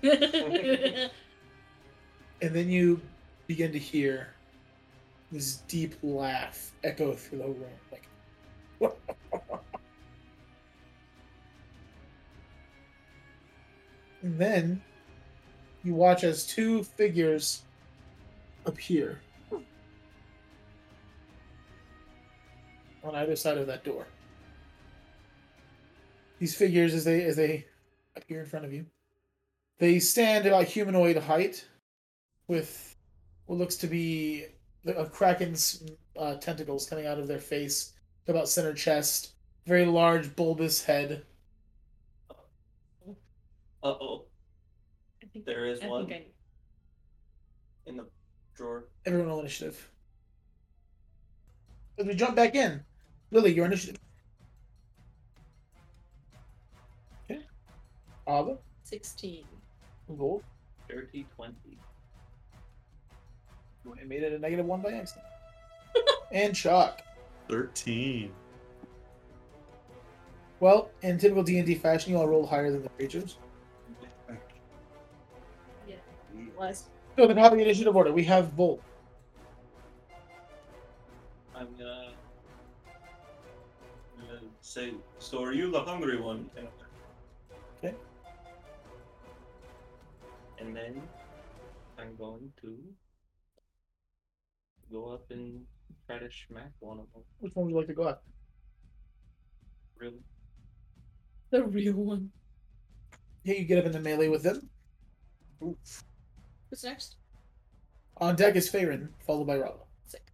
Speaker 1: And then you begin to hear this deep laugh echo through the whole room. Like, and then you watch as two figures appear on either side of that door. These figures, as they as they appear in front of you, they stand about humanoid height with what looks to be the- a kraken's uh, tentacles coming out of their face to about center chest. Very large, bulbous head.
Speaker 3: Uh oh.
Speaker 5: I think
Speaker 3: There is
Speaker 5: I
Speaker 3: one
Speaker 5: think
Speaker 3: in the drawer.
Speaker 1: Everyone roll initiative. As we jump back in, Lily, your initiative. Okay. Ava,
Speaker 5: 16.
Speaker 1: roll.
Speaker 3: Dirty 20.
Speaker 1: I made it a negative one by accident. and shock.
Speaker 4: Thirteen.
Speaker 1: Well, in typical D and D fashion, you all rolled higher than the creatures.
Speaker 2: Last.
Speaker 1: So the top of the initiative order, we have Volt.
Speaker 3: I'm gonna, I'm gonna say, so are you the hungry one? Taylor?"
Speaker 1: Okay.
Speaker 3: And then I'm going to go up and try to smack one of them.
Speaker 1: Which one would you like to go after?
Speaker 3: Really?
Speaker 5: The real one.
Speaker 1: Yeah, you get up into melee with them.
Speaker 5: What's next?
Speaker 1: On deck is Farin, followed by Rala.
Speaker 5: Sick.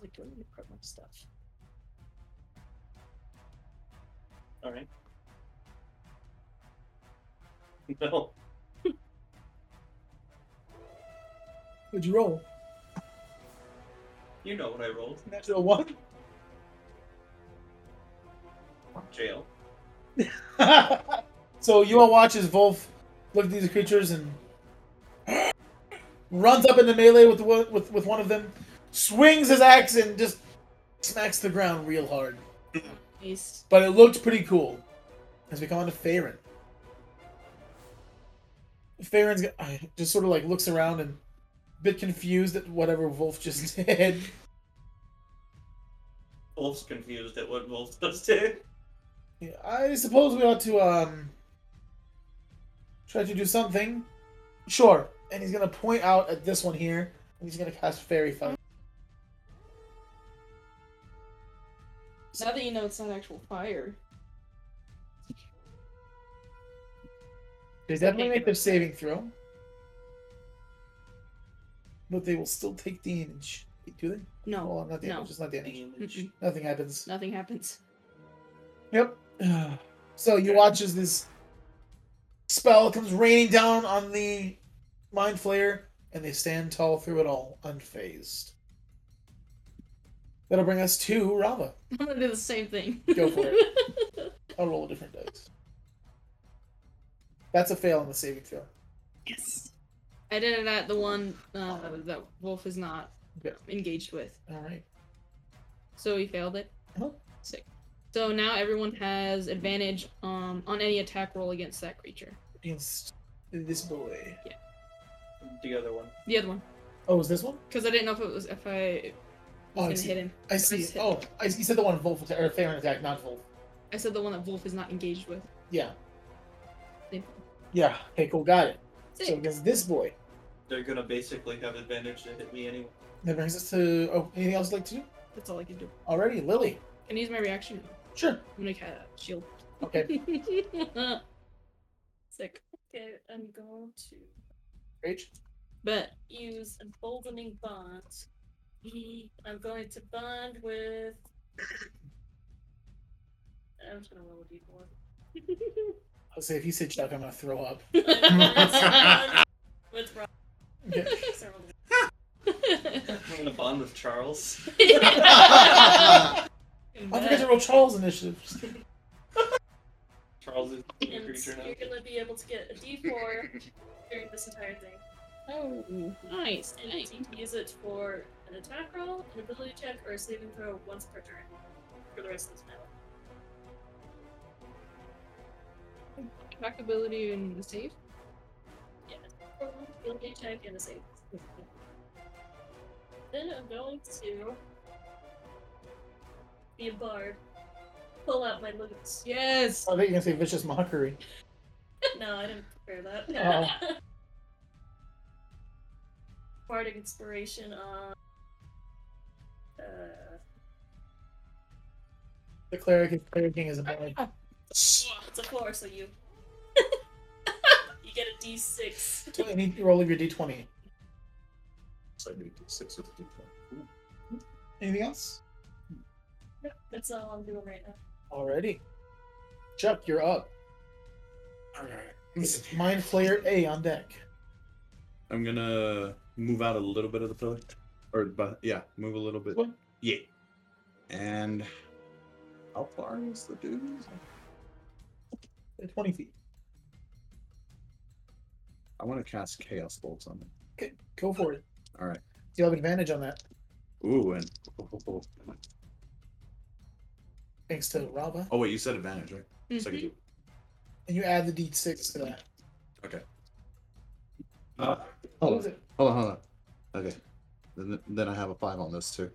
Speaker 5: Like, do I need to prep my stuff?
Speaker 3: All right. No.
Speaker 1: Would you roll?
Speaker 3: You know what I rolled.
Speaker 1: Natural one.
Speaker 3: Jail.
Speaker 1: so you all watch as Wolf look at these creatures and runs up into melee with, one- with with one of them, swings his axe and just smacks the ground real hard.
Speaker 5: Nice.
Speaker 1: But it looked pretty cool. As we come on to Farin. Farin's got- just sort of like looks around and a bit confused at whatever Wolf just did.
Speaker 3: Wolf's confused at what Wolf does to
Speaker 1: Yeah, I suppose we ought to um try to do something. Sure. And he's gonna point out at this one here, and he's gonna cast Fairy Fire.
Speaker 5: Now that you know it's not actual fire.
Speaker 1: They definitely make their saving throw, but they will still take damage. Do they?
Speaker 5: No.
Speaker 1: Well, not damage.
Speaker 5: No.
Speaker 1: It's not damage.
Speaker 3: damage.
Speaker 5: Mm-mm.
Speaker 1: Nothing happens.
Speaker 5: Nothing happens.
Speaker 1: Yep. So you watch as this spell comes raining down on the mind flayer, and they stand tall through it all, unfazed. That'll bring us to Rava.
Speaker 5: I'm gonna do the same thing.
Speaker 1: Go for it. I'll roll a different dice. That's a fail on the saving throw.
Speaker 5: Yes. I did it at the one uh, that Wolf is not
Speaker 1: Okay.
Speaker 5: engaged with.
Speaker 1: All right.
Speaker 5: So he failed it.
Speaker 1: Uh-huh.
Speaker 5: Sick. So now everyone has advantage um, on any attack roll against that creature.
Speaker 1: Against this boy.
Speaker 3: The other one.
Speaker 5: The other one,
Speaker 1: Oh, is this one?
Speaker 5: because I didn't know if it was if I
Speaker 1: Oh, I
Speaker 5: didn't
Speaker 1: see.
Speaker 5: hit him.
Speaker 1: I see.
Speaker 5: Just hit.
Speaker 1: Oh, I, you said the one Volf attack, or Theron attack, not Volf.
Speaker 5: I said the one that Wolf is not engaged with.
Speaker 1: Yeah.
Speaker 5: They-
Speaker 1: Yeah. Okay, cool. Got it. So
Speaker 5: Sick.
Speaker 1: against this boy.
Speaker 3: They're gonna basically have advantage to hit me anyway.
Speaker 1: That brings us to. Oh, anything else you'd like to do?
Speaker 5: That's all I can do.
Speaker 1: Already, Lily.
Speaker 5: Can I use my reaction?
Speaker 1: Sure.
Speaker 5: I'm gonna cat shield.
Speaker 1: Okay.
Speaker 5: Sick.
Speaker 2: Okay, I'm going to
Speaker 1: Rage.
Speaker 5: But
Speaker 2: use emboldening bond. I'm going to bond with. I'm just gonna roll a d4.
Speaker 1: I'll say if you say Chuck, I'm gonna throw up.
Speaker 2: Bond with Rob.
Speaker 1: Okay.
Speaker 2: So I rolled a-
Speaker 3: I'm gonna bond with Charles.
Speaker 1: I forgot to roll Charles initiative.
Speaker 3: Charles is a
Speaker 2: And
Speaker 3: creature now.
Speaker 2: you're gonna be able to get a d4 during this entire thing.
Speaker 5: oh, nice.
Speaker 2: And
Speaker 5: nice.
Speaker 2: you can use it for an attack roll, an ability check, or a saving throw once per turn for the rest of this battle.
Speaker 5: Attack ability and save.
Speaker 2: Yeah, roll, ability check, and a save. Then I'm going to be a bard. Pull out my loots.
Speaker 5: Yes.
Speaker 1: I thought you were gonna say vicious mockery.
Speaker 2: No, I didn't prepare that.
Speaker 1: Oh.
Speaker 2: Bardic inspiration on. Uh,
Speaker 1: The cleric is clericing is a bad.
Speaker 2: It's a four, so you. you get a d6.
Speaker 1: So Any roll of your d20.
Speaker 6: So I need to do six with the d4.
Speaker 1: Anything else?
Speaker 2: That's all I'm doing right now.
Speaker 1: Already. Chuck, you're up.
Speaker 4: Alright.
Speaker 1: It's Mind Flayer A on deck.
Speaker 6: I'm gonna move out a little bit of the pillar, or but yeah, move a little bit.
Speaker 1: What?
Speaker 6: Yeah. And how far is the dude?
Speaker 1: They're 20 feet.
Speaker 6: I want to cast chaos bolts on him.
Speaker 1: Okay, go for it.
Speaker 6: Alright.
Speaker 1: You'll have advantage on that
Speaker 6: Ooh, and
Speaker 1: thanks to Rava.
Speaker 6: oh wait, you said advantage, right? So I can do.
Speaker 1: And you add the d6 to that.
Speaker 6: Uh,
Speaker 1: What
Speaker 6: hold
Speaker 1: was
Speaker 6: on,
Speaker 1: it?
Speaker 6: hold on, hold on. Okay. Then then I have a five on this too.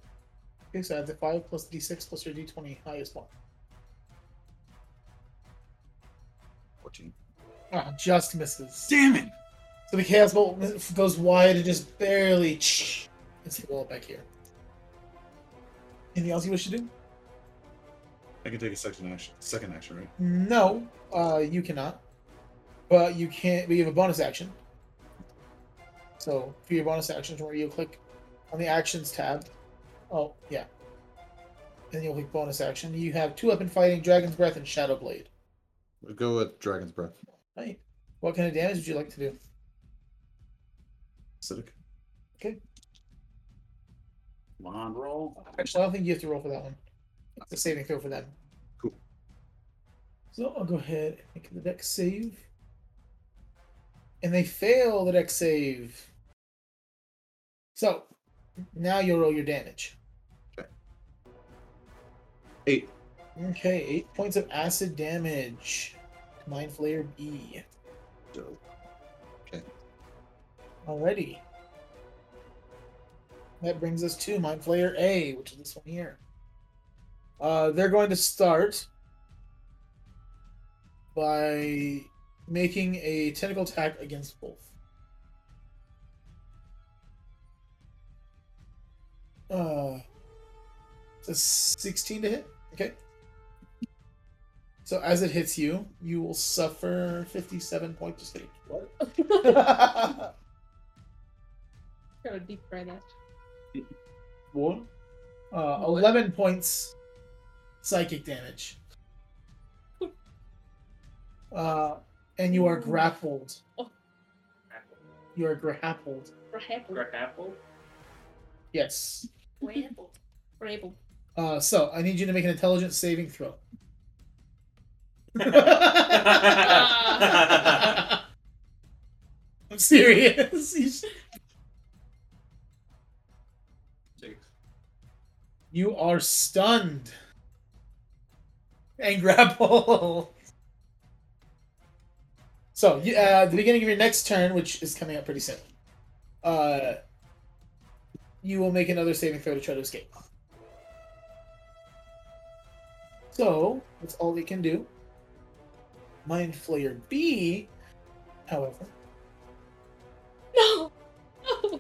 Speaker 1: Okay, so add uh, the 5 plus the d6 plus your d20 highest one.
Speaker 6: Fourteen.
Speaker 1: Ah, just misses.
Speaker 4: Damn it!
Speaker 1: So the chaos bolt goes wide and just barely hits the wall back here. Anything else you wish to do?
Speaker 6: I can take a second action. Second action, right?
Speaker 1: No, uh, you cannot. But you can't. But you have a bonus action. So for your bonus actions, where you click on the actions tab. Oh yeah. And you'll click bonus action. You have two weapon fighting, Dragon's Breath and Shadow Blade.
Speaker 6: We'll go with dragon's breath.
Speaker 1: Hey, what kind of damage would you like to do?
Speaker 6: Acidic.
Speaker 4: Come on, roll.
Speaker 1: Actually, I don't think you have to roll for that one. It's a saving throw for them.
Speaker 6: Cool.
Speaker 1: So I'll go ahead and make the deck save. And they fail the deck save. So now you'll roll your damage.
Speaker 6: Eight.
Speaker 1: Okay, eight points of acid damage. Mind Flayer B.
Speaker 6: Dope.
Speaker 1: Alrighty. That brings us to Mind Flayer A, which is this one here. Uh, they're going to start by making a tentacle attack against both. Uh, it's a 16 to hit. Okay. So as it hits you, you will suffer 57 points of damage. What?
Speaker 5: Got a deep breath.
Speaker 1: One. Uh, 11 points psychic damage. Uh, and you are grappled. You are grappled.
Speaker 5: Grapple.
Speaker 3: Grapple?
Speaker 1: Yes.
Speaker 2: Ramble.
Speaker 5: Grapple.
Speaker 1: Uh, so I need you to make an intelligence saving throw.
Speaker 5: Ah.
Speaker 1: I'm serious. You sh- You are stunned. And grapple. So, you- uh, the beginning of your next turn, which is coming up pretty soon, uh, you will make another saving throw to try to escape. So, that's all they can do. Mind Flayer B, however,
Speaker 5: no! No!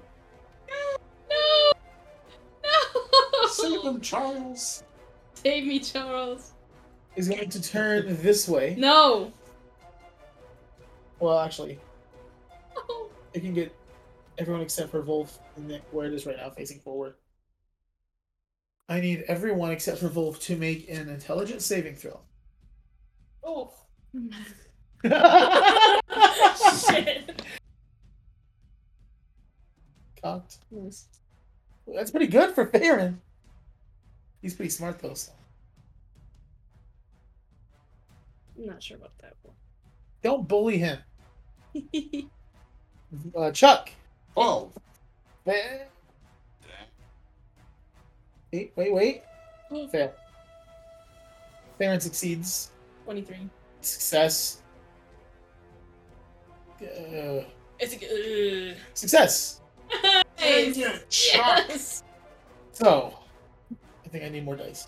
Speaker 5: No! No!
Speaker 4: Save him, Charles.
Speaker 5: Save me, Charles.
Speaker 1: is going to turn this way.
Speaker 5: No!
Speaker 1: Well, actually,
Speaker 5: No!
Speaker 1: it can get everyone except for Wolf and Nick where it is right now facing forward. I need everyone except for Wolf to make an intelligence saving throw.
Speaker 2: Oh,
Speaker 5: Shit.
Speaker 1: Cocked.
Speaker 5: Nice.
Speaker 1: Well, That's pretty good for Farron. He's pretty smart though. So.
Speaker 5: I'm not sure about that one.
Speaker 1: Don't bully him. Uh, Chuck.
Speaker 4: Oh,
Speaker 1: Fa- Wait, wait, wait. Fail. Farron succeeds.
Speaker 5: 23.
Speaker 1: Success. Uh,
Speaker 5: It's uh, a good.
Speaker 1: success.
Speaker 5: Nice. Yes!
Speaker 1: So, I think I need more dice.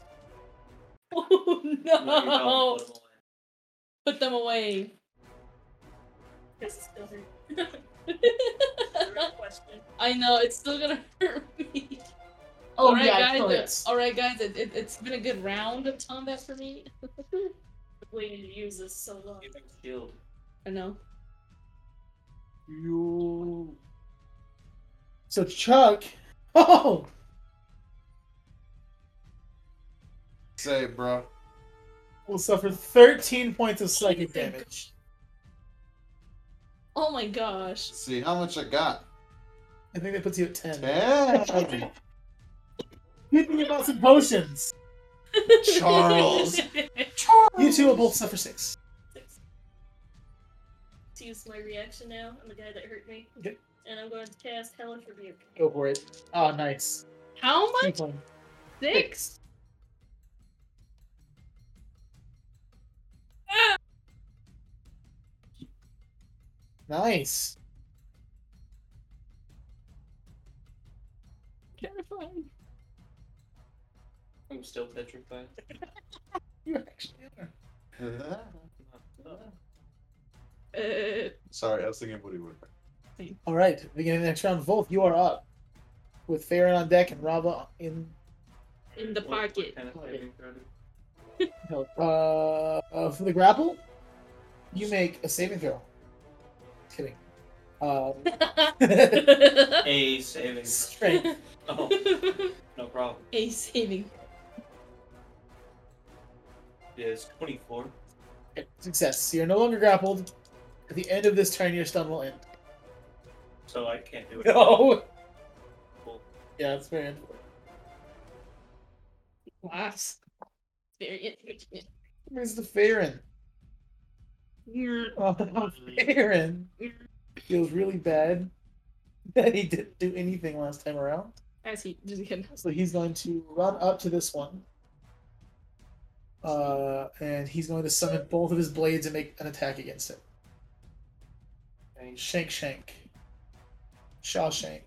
Speaker 5: Oh
Speaker 3: No, you
Speaker 5: no!
Speaker 3: don't.
Speaker 5: Oh. Put them away.
Speaker 2: this is still hurt. question.
Speaker 5: I know, it's still gonna hurt me.
Speaker 1: Oh,
Speaker 5: Alright,
Speaker 1: yeah, it
Speaker 5: guys.
Speaker 1: still
Speaker 5: it-
Speaker 1: hurts.
Speaker 5: Alright, guys, it, it, it's been a good round of combat for me.
Speaker 2: We need to use this so long.
Speaker 3: Give him a shield.
Speaker 5: I know.
Speaker 1: You. So Chuck. Oh,
Speaker 4: say, bro.
Speaker 1: will suffer 13 points of psychic damage.
Speaker 5: Oh my gosh.
Speaker 4: See how much I got.
Speaker 1: I think that puts you at 10.
Speaker 4: Ten.
Speaker 1: Good thing about some potions.
Speaker 4: Charles.
Speaker 1: You two will both suffer six.
Speaker 2: Six. To use my reaction now on the guy that hurt me.
Speaker 1: Okay.
Speaker 2: And I'm going to cast Hellish Rebuke.
Speaker 1: Go for it. Oh, nice.
Speaker 5: How much?
Speaker 1: Keep one.
Speaker 5: Six?
Speaker 1: Nice.
Speaker 5: Terrifying.
Speaker 3: I'm still petrified.
Speaker 1: You actually are.
Speaker 5: Uh,
Speaker 4: Sorry, I was thinking Woody Woodpecker.
Speaker 1: All right. Beginning of the next round, Volk, you are up. With Farron on deck and Rava in.
Speaker 5: In the
Speaker 3: What- what
Speaker 5: pocket.
Speaker 3: kind of saving throw do-
Speaker 1: no, Uh, uh, for the grapple, you make a saving throw. Kidding. Uh,
Speaker 3: A saving. throw.
Speaker 1: strength.
Speaker 3: Oh, no problem.
Speaker 5: A saving.
Speaker 3: It is 24.
Speaker 1: Success. You're no longer grappled. At the end of this turn, your stun will end.
Speaker 3: So I can't do it.
Speaker 1: No.
Speaker 3: Cool.
Speaker 1: Yeah, that's very unfortunate.
Speaker 5: Laughs. Very entertaining.
Speaker 1: Where's the Farron? Oh, Farron feels really bad that he didn't do anything last time around.
Speaker 5: As he did again.
Speaker 1: So he's going to run up to this one. Uh, and he's going to summon both of his blades and make an attack against it.
Speaker 3: Thanks.
Speaker 1: Shank, shank. Shawshank.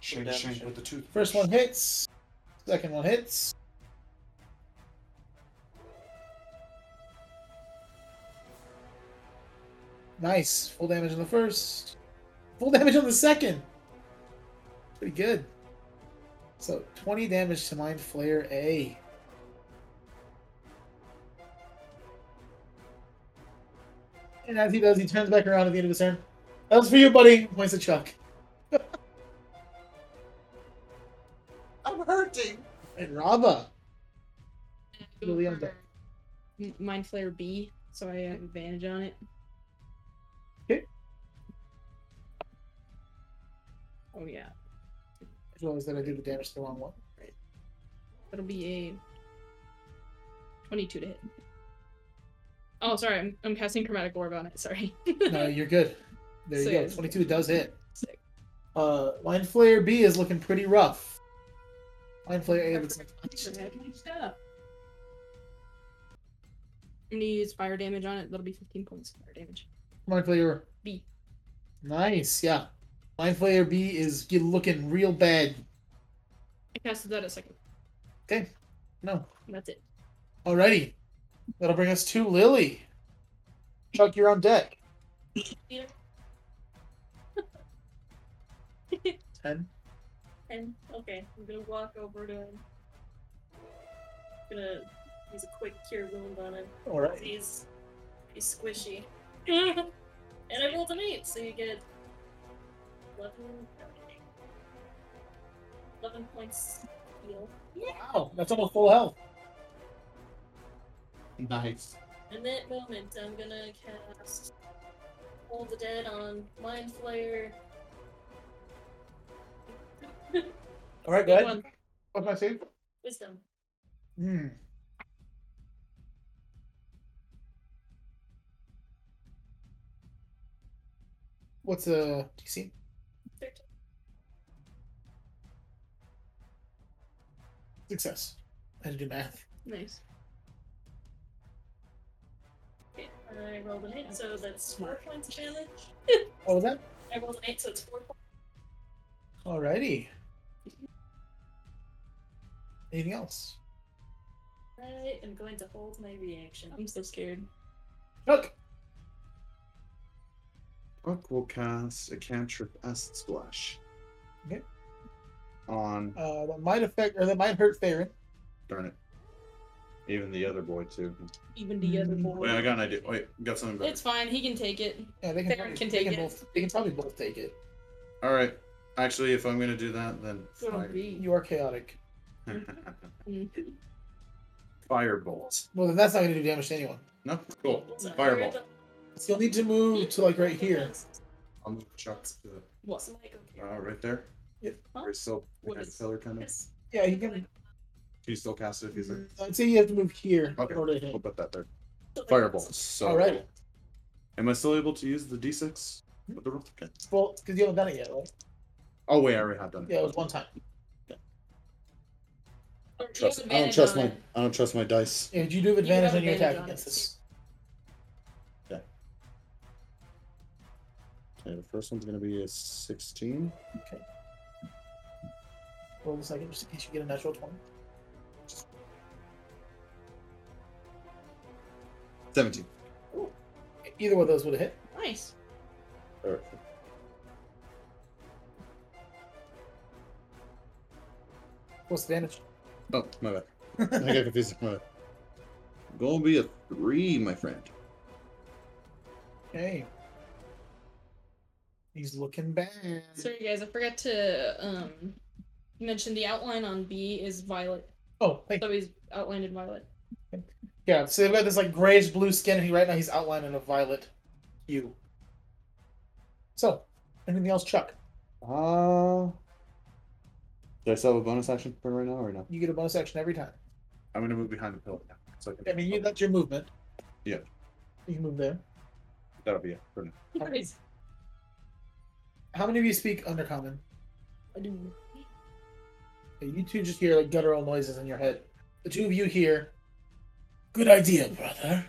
Speaker 4: Shake, shake with the tooth.
Speaker 1: First one hits. Second one hits. Nice. Full damage on the first. Full damage on the second. Pretty good. So 20 damage to Mind Flayer A. And as he does, he turns back around at the end of his turn. That was for you, buddy. Points to Chuck.
Speaker 4: I'm hurting.
Speaker 1: And Rava.
Speaker 5: Go
Speaker 1: Lily on
Speaker 5: for
Speaker 1: deck.
Speaker 5: M- Mind Flare B, so I have advantage on it.
Speaker 1: 'Kay.
Speaker 5: Oh yeah,
Speaker 1: As long as that I do the damage to the wrong one.
Speaker 5: that'll be a twenty-two to hit. Oh, sorry, I'm, I'm casting Chromatic Orb on it. Sorry.
Speaker 1: No, you're good. There you go.
Speaker 5: Sick.
Speaker 1: 22 does hit.
Speaker 5: Sick.
Speaker 1: Uh, Mind Flayer B is looking pretty rough. Mind Flayer A looks like
Speaker 5: I'm gonna use fire damage on it. That'll be 15 points of fire damage.
Speaker 1: Mind Flayer
Speaker 5: B.
Speaker 1: Nice, yeah. Mind Flayer B is get- looking real bad.
Speaker 5: I casted that a second.
Speaker 1: No.
Speaker 5: That's it.
Speaker 1: Alrighty. That'll bring us to Lily. Chuck, you're on deck.
Speaker 2: Yeah.
Speaker 1: 10.
Speaker 2: And okay, I'm gonna walk over to him. gonna use a quick cure wound on him.
Speaker 1: Alright.
Speaker 2: He's he's squishy. and I rolled an eight, so you get eleven. Eleven points heal,
Speaker 1: Wow, that's almost full health.
Speaker 4: Nice.
Speaker 2: In that moment, I'm gonna cast Hold the Dead on Mind Flayer.
Speaker 1: Alright, go ahead.
Speaker 5: Good one.
Speaker 1: What's my save?
Speaker 2: Wisdom.
Speaker 1: Hmm. What's uh, a DC?
Speaker 2: 13.
Speaker 1: Success. I had to do math.
Speaker 5: Nice.
Speaker 2: Okay, and I rolled an eight, so that's four points of damage.
Speaker 1: What was that?
Speaker 2: I rolled an eight, so it's four points.
Speaker 1: Alrighty. Anything else?
Speaker 2: I am going to hold my reaction.
Speaker 5: I'm so scared.
Speaker 1: Look.
Speaker 6: Buck will cast a cantrip acid splash.
Speaker 1: Okay.
Speaker 6: On
Speaker 1: Uh, that might affect or that might hurt Theron.
Speaker 6: darn it. Even the other boy too.
Speaker 5: Even the other
Speaker 4: Mm-hmm.
Speaker 1: Mm.
Speaker 5: boy.
Speaker 6: Wait, I got an idea. Wait, got something better.
Speaker 5: It's fine. He can take it.
Speaker 1: Yeah, they can.
Speaker 5: Theron
Speaker 1: probably-
Speaker 5: can
Speaker 1: they
Speaker 5: take
Speaker 1: can
Speaker 5: it.
Speaker 1: Both, they can probably both take it.
Speaker 6: All right. Actually, if I'm gonna do that, then
Speaker 5: It'll
Speaker 6: fire.
Speaker 5: be-
Speaker 1: You are chaotic.
Speaker 6: Firebolt.
Speaker 1: Well, then that's not going to do damage to anyone.
Speaker 6: No, cool.
Speaker 2: It's a
Speaker 6: Fireball.
Speaker 2: third-
Speaker 1: So you'll need to move to like right here.
Speaker 6: I'll move Chuck to the,
Speaker 5: What?
Speaker 2: It's like, okay.
Speaker 6: uh, right there.
Speaker 1: Yep.
Speaker 6: Or he's still
Speaker 5: What
Speaker 6: behind
Speaker 5: is-
Speaker 6: the pillar, kind of. Can
Speaker 2: Yes.
Speaker 1: Yeah, you can.
Speaker 6: you still cast it if he's like?
Speaker 1: I'd say you have to move here
Speaker 6: Okay.
Speaker 1: in order to
Speaker 6: We'll
Speaker 1: hit.
Speaker 6: put that there.
Speaker 2: So like-
Speaker 6: Firebolt. So.
Speaker 1: All right.
Speaker 6: Am I still able to use the d6? with the roll? Okay.
Speaker 1: Well, because you haven't done it yet, right?
Speaker 6: Oh wait, I already have done it.
Speaker 1: Yeah, it was one time.
Speaker 5: Or you have
Speaker 4: Trust, I don't
Speaker 5: advantage
Speaker 4: trust
Speaker 5: on
Speaker 4: my
Speaker 5: it.
Speaker 4: I don't trust my dice.
Speaker 1: Yeah, you do have
Speaker 5: You have
Speaker 1: advantage on your
Speaker 5: advantage
Speaker 1: attack
Speaker 5: on
Speaker 1: against
Speaker 5: it.
Speaker 1: this.
Speaker 4: Okay, the first one's gonna be a sixteen.
Speaker 1: Roll the second, just in case you get a natural twenty.
Speaker 4: 17.
Speaker 1: Either one of those would have hit.
Speaker 5: Nice.
Speaker 4: Alright.
Speaker 1: What's the damage?
Speaker 4: Oh, my bad. I got confused. My bad. Gonna be a three, my friend.
Speaker 1: Okay. He's looking bad.
Speaker 5: Sorry, guys. I forgot to um mention the outline on B is violet.
Speaker 1: Oh, thank you.
Speaker 5: So he's outlined in violet.
Speaker 1: Yeah, so they've got this like grayish blue skin, and he right now he's outlined in a violet hue. So, anything else, Chuck?
Speaker 4: Uh, do I still have a bonus action for right now or no?
Speaker 1: You get a bonus action every time.
Speaker 6: I'm gonna move behind the pillar now. So I can Oh,
Speaker 1: I mean, you, that's your movement.
Speaker 6: Yeah.
Speaker 1: You can move there.
Speaker 6: that'll be it for now.
Speaker 1: Nice. How many of you speak Undercommon?
Speaker 5: I do.
Speaker 1: Okay, You two just hear like guttural noises in your head. The two of you hear, "Good idea, brother."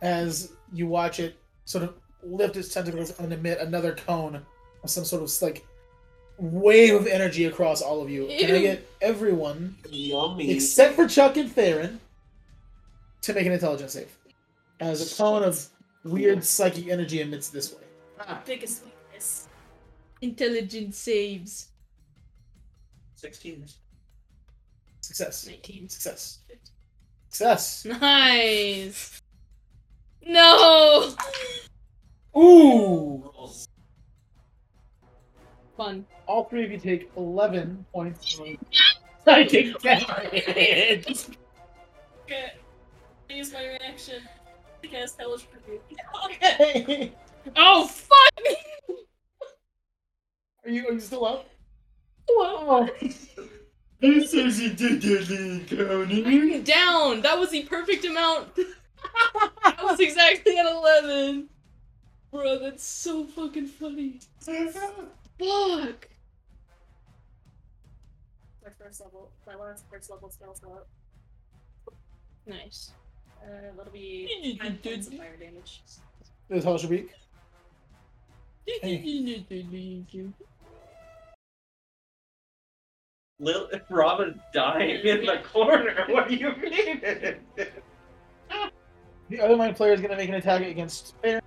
Speaker 1: As you watch it sort of lift its tentacles and emit another cone of some sort of like wave of energy across all of you. Can I
Speaker 5: Ew.
Speaker 1: get everyone
Speaker 3: Yummy.
Speaker 1: except for Chuck and Theron to make an intelligence save? As a cone of weird psychic energy emits this way.
Speaker 2: Ah. Biggest weakness.
Speaker 5: Intelligence saves.
Speaker 3: 16.
Speaker 1: Success.
Speaker 5: 19.
Speaker 1: Success. Success.
Speaker 5: Nice. No.
Speaker 1: Ooh.
Speaker 5: Fun.
Speaker 1: All three of you take 11 points of psychic damage.
Speaker 2: Okay. I use my reaction to cast Hellish Rebuke.
Speaker 1: Okay.
Speaker 5: Oh fuck!
Speaker 1: Are you, are you still up?
Speaker 5: Wow.
Speaker 4: This is a diddly
Speaker 1: Mm-hmm.
Speaker 5: I'm down. That was the perfect amount. I was exactly at 11. Bro, that's so fucking funny.
Speaker 1: Mm-hmm.
Speaker 5: Fuck.
Speaker 2: My first level, my last first level spell slot.
Speaker 5: Nice.
Speaker 2: Uh, that'll be nine points of fire damage.
Speaker 1: That's how it should be.
Speaker 3: Lil Robin's dying in the corner. What do you mean?
Speaker 1: The other mind player is going to make an attack against Baron.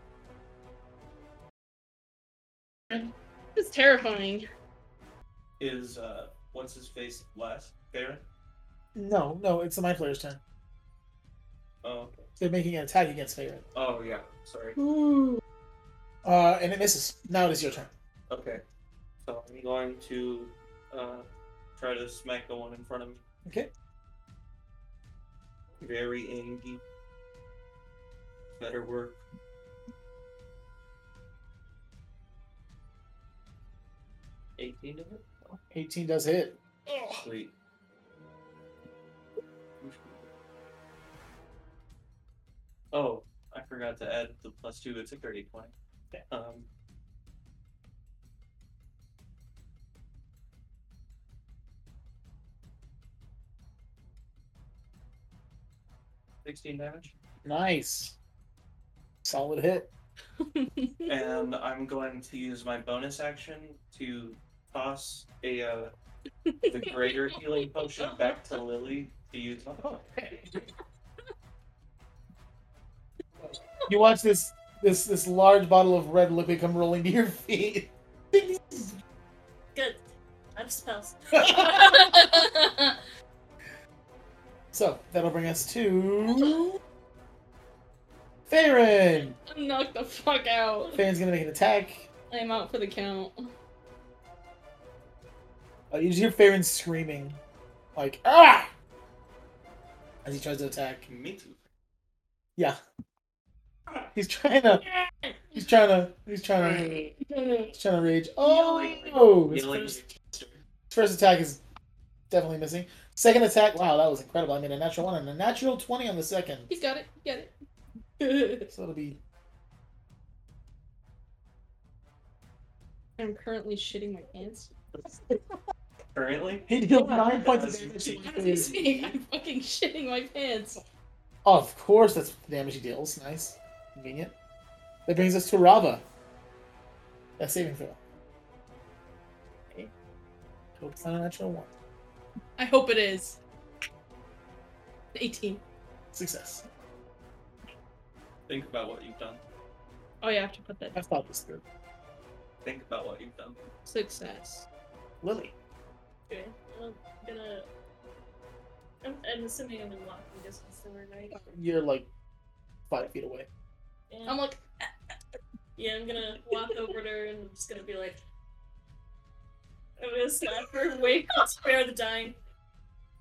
Speaker 5: It's terrifying.
Speaker 3: Is uh, what's his face last? Baron.
Speaker 1: No, no, it's the mind player's turn.
Speaker 3: Oh, okay.
Speaker 1: They're making an attack against Baron.
Speaker 3: oh yeah. Sorry.
Speaker 5: Ooh.
Speaker 1: Uh, and it misses. Now it is your turn.
Speaker 3: Okay. So I'm going to uh, try to smack the one in front of me.
Speaker 1: Okay.
Speaker 3: Very angry. Better work. Eighteen of it.
Speaker 1: 18 does hit.
Speaker 3: Sweet. Oh, I forgot to add the plus two. It's a thirty twenty.
Speaker 1: Okay.
Speaker 3: Um. Sixteen damage,
Speaker 1: Nice. Solid hit.
Speaker 3: and I'm going to use my bonus action to toss a uh, the greater healing potion back to Lily to use on her.
Speaker 1: You watch this this this large bottle of red liquid come rolling to your feet.
Speaker 2: Good. I have spells.
Speaker 1: So that'll bring us to Farron.
Speaker 5: I'm knocked the fuck out.
Speaker 1: Farron's gonna make an attack.
Speaker 5: I'm out for the count.
Speaker 1: Uh, you just hear Farron screaming, like ah, as he tries to attack.
Speaker 3: Me too.
Speaker 1: Yeah, he's trying to. He's trying to. He's trying to. He's trying to rage. Oh, his first,
Speaker 3: Yelling at your sister.
Speaker 1: his first attack is definitely missing. Second attack. Wow, that was incredible. I made a natural one and a natural twenty on the second.
Speaker 5: He's got it. He got it.
Speaker 1: So it'll be
Speaker 5: I'm currently shitting my pants.
Speaker 3: Currently,
Speaker 1: He deals nine points
Speaker 3: As
Speaker 1: of
Speaker 3: you
Speaker 1: damage.
Speaker 3: see.
Speaker 5: As we speak, I'm fucking shitting my pants.
Speaker 1: Of course, that's the damage he deals. Nice, convenient. That brings us to Rava. That's saving throw. Okay. Hope it's not a natural one.
Speaker 5: I hope it is. 18.
Speaker 1: Success.
Speaker 3: think about what you've done.
Speaker 5: Oh, yeah, I have to put that down.
Speaker 1: I've thought this through.
Speaker 3: Think about what you've done.
Speaker 5: Success.
Speaker 1: Lily.
Speaker 2: Okay. I'm gonna. I'm, I'm assuming I'm in walking distance to her, right?
Speaker 1: You're like five feet away.
Speaker 2: Yeah.
Speaker 5: I'm like,
Speaker 2: yeah, I'm gonna walk over to her and I'm just gonna be like. I'm gonna slap her and wait and spare the dying.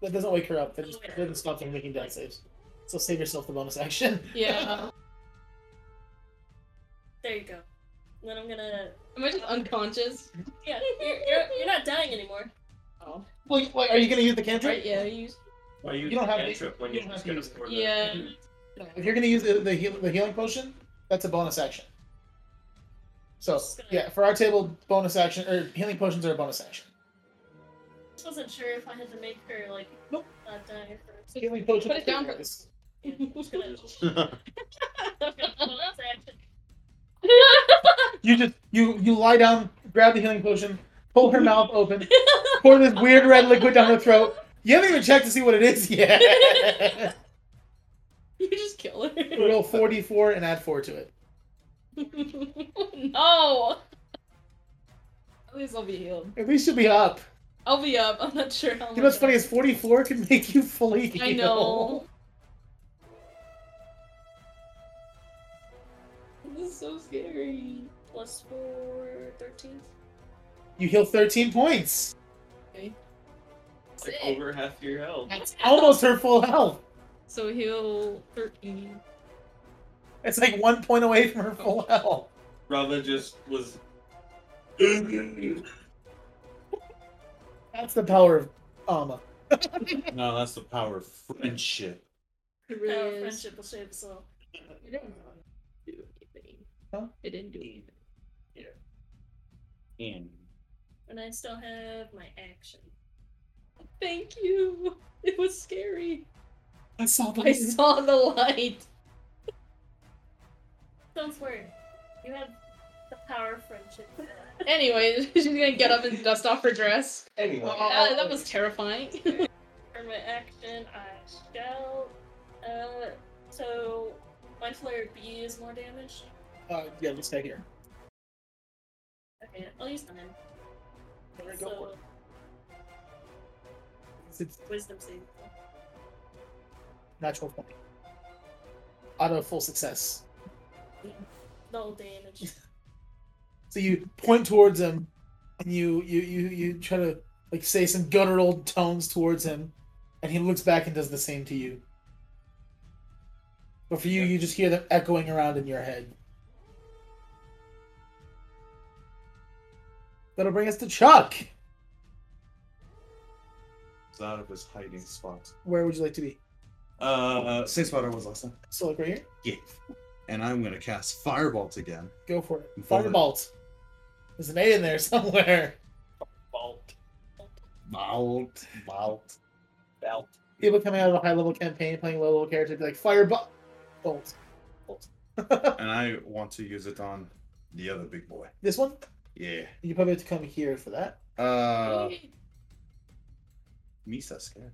Speaker 1: That doesn't wake her up. That just doesn't stop her from making death saves. So save yourself the bonus action.
Speaker 5: yeah.
Speaker 2: There you go. And then I'm gonna.
Speaker 5: Am I just unconscious?
Speaker 2: Yeah, you're, you're, you're not dying anymore.
Speaker 5: Oh.
Speaker 1: Well, you- wait, are you gonna use the cantrip?
Speaker 5: Right, yeah, you
Speaker 3: Why you,
Speaker 1: don't have to-
Speaker 3: cantrip when
Speaker 1: you
Speaker 3: you
Speaker 1: don't have
Speaker 3: just
Speaker 1: to
Speaker 3: gonna
Speaker 1: use it.
Speaker 3: pour the-
Speaker 5: Yeah.
Speaker 1: If you're gonna use the the, heal, the healing potion, that's a bonus action. So
Speaker 2: Just gonna-
Speaker 1: yeah, for our table, bonus action or healing potions are a bonus action.
Speaker 2: Just wasn't sure if I had to make her like
Speaker 1: Nope.
Speaker 2: not die first.
Speaker 1: Healing potion.
Speaker 5: Put it down for
Speaker 1: this.
Speaker 2: Yeah, I'm just gonna- just gonna bonus action.
Speaker 1: You just you you lie down, grab the healing potion, pull her mouth open, pour this weird red liquid down her throat. You haven't even checked to see what it is yet.
Speaker 5: You just kill her.
Speaker 1: Roll forty-four and add four to it.
Speaker 5: no! At least I'll be healed.
Speaker 1: At least you'll be up.
Speaker 5: I'll be up. I'm not sure how
Speaker 1: You know what's
Speaker 5: much
Speaker 1: funny is forty-four can make you fully
Speaker 5: I-
Speaker 1: heal.
Speaker 5: Oh I know. This is so scary.
Speaker 2: Plus four, 13.
Speaker 1: You heal thirteen points.
Speaker 3: It's
Speaker 1: oh.
Speaker 3: like over half your health.
Speaker 1: That's almost her full health.
Speaker 5: So heal 13.
Speaker 1: It's like one point away from her full health.
Speaker 3: Robin just was.
Speaker 1: That's the power of Alma.
Speaker 6: No, that's the power of friendship.
Speaker 5: It
Speaker 2: Our
Speaker 5: really is.
Speaker 2: friendship will save us all.
Speaker 5: It didn't do anything.
Speaker 1: Huh?
Speaker 5: It didn't do
Speaker 3: Yeah.
Speaker 5: anything.
Speaker 4: In.
Speaker 2: And I still have my action.
Speaker 5: Thank you. It was scary.
Speaker 1: I saw
Speaker 5: I saw the light.
Speaker 2: Don't worry. You have the power of friendship.
Speaker 5: Anyway, she's gonna get up and dust off her dress.
Speaker 3: Anyway,
Speaker 5: Ah, that was terrifying.
Speaker 2: For my action, I shall. Uh, so my flare B is more damage.
Speaker 1: Uh, yeah, let's stay here.
Speaker 2: Okay, I'll use none.
Speaker 1: Alright, go for
Speaker 2: So
Speaker 1: It's
Speaker 2: wisdom save.
Speaker 1: natural twenty. Auto full success.
Speaker 2: No damage.
Speaker 1: So you point towards him, and you you you you try to like say some guttural tones towards him, and he looks back and does the same to you. But for you, you just hear them echoing around in your head. That'll bring us to Chuck.
Speaker 6: It's out of his hiding spot.
Speaker 1: Where would you like to be?
Speaker 6: Uh, same spot I was last time.
Speaker 1: So like right here.
Speaker 6: Yeah. And I'm gonna cast Firebolt again.
Speaker 1: Go for it.
Speaker 6: Involve it.
Speaker 1: Firebolt. There's an A in there somewhere.
Speaker 3: Balt.
Speaker 6: Bolt, bolt.
Speaker 3: Belt.
Speaker 1: People coming out of a high level campaign playing low level character be like firebolt. Bolt.
Speaker 6: And I want to use it on the other big boy.
Speaker 1: This one.
Speaker 6: Yeah.
Speaker 1: You probably have to come here for that.
Speaker 6: Uh, Misa scared.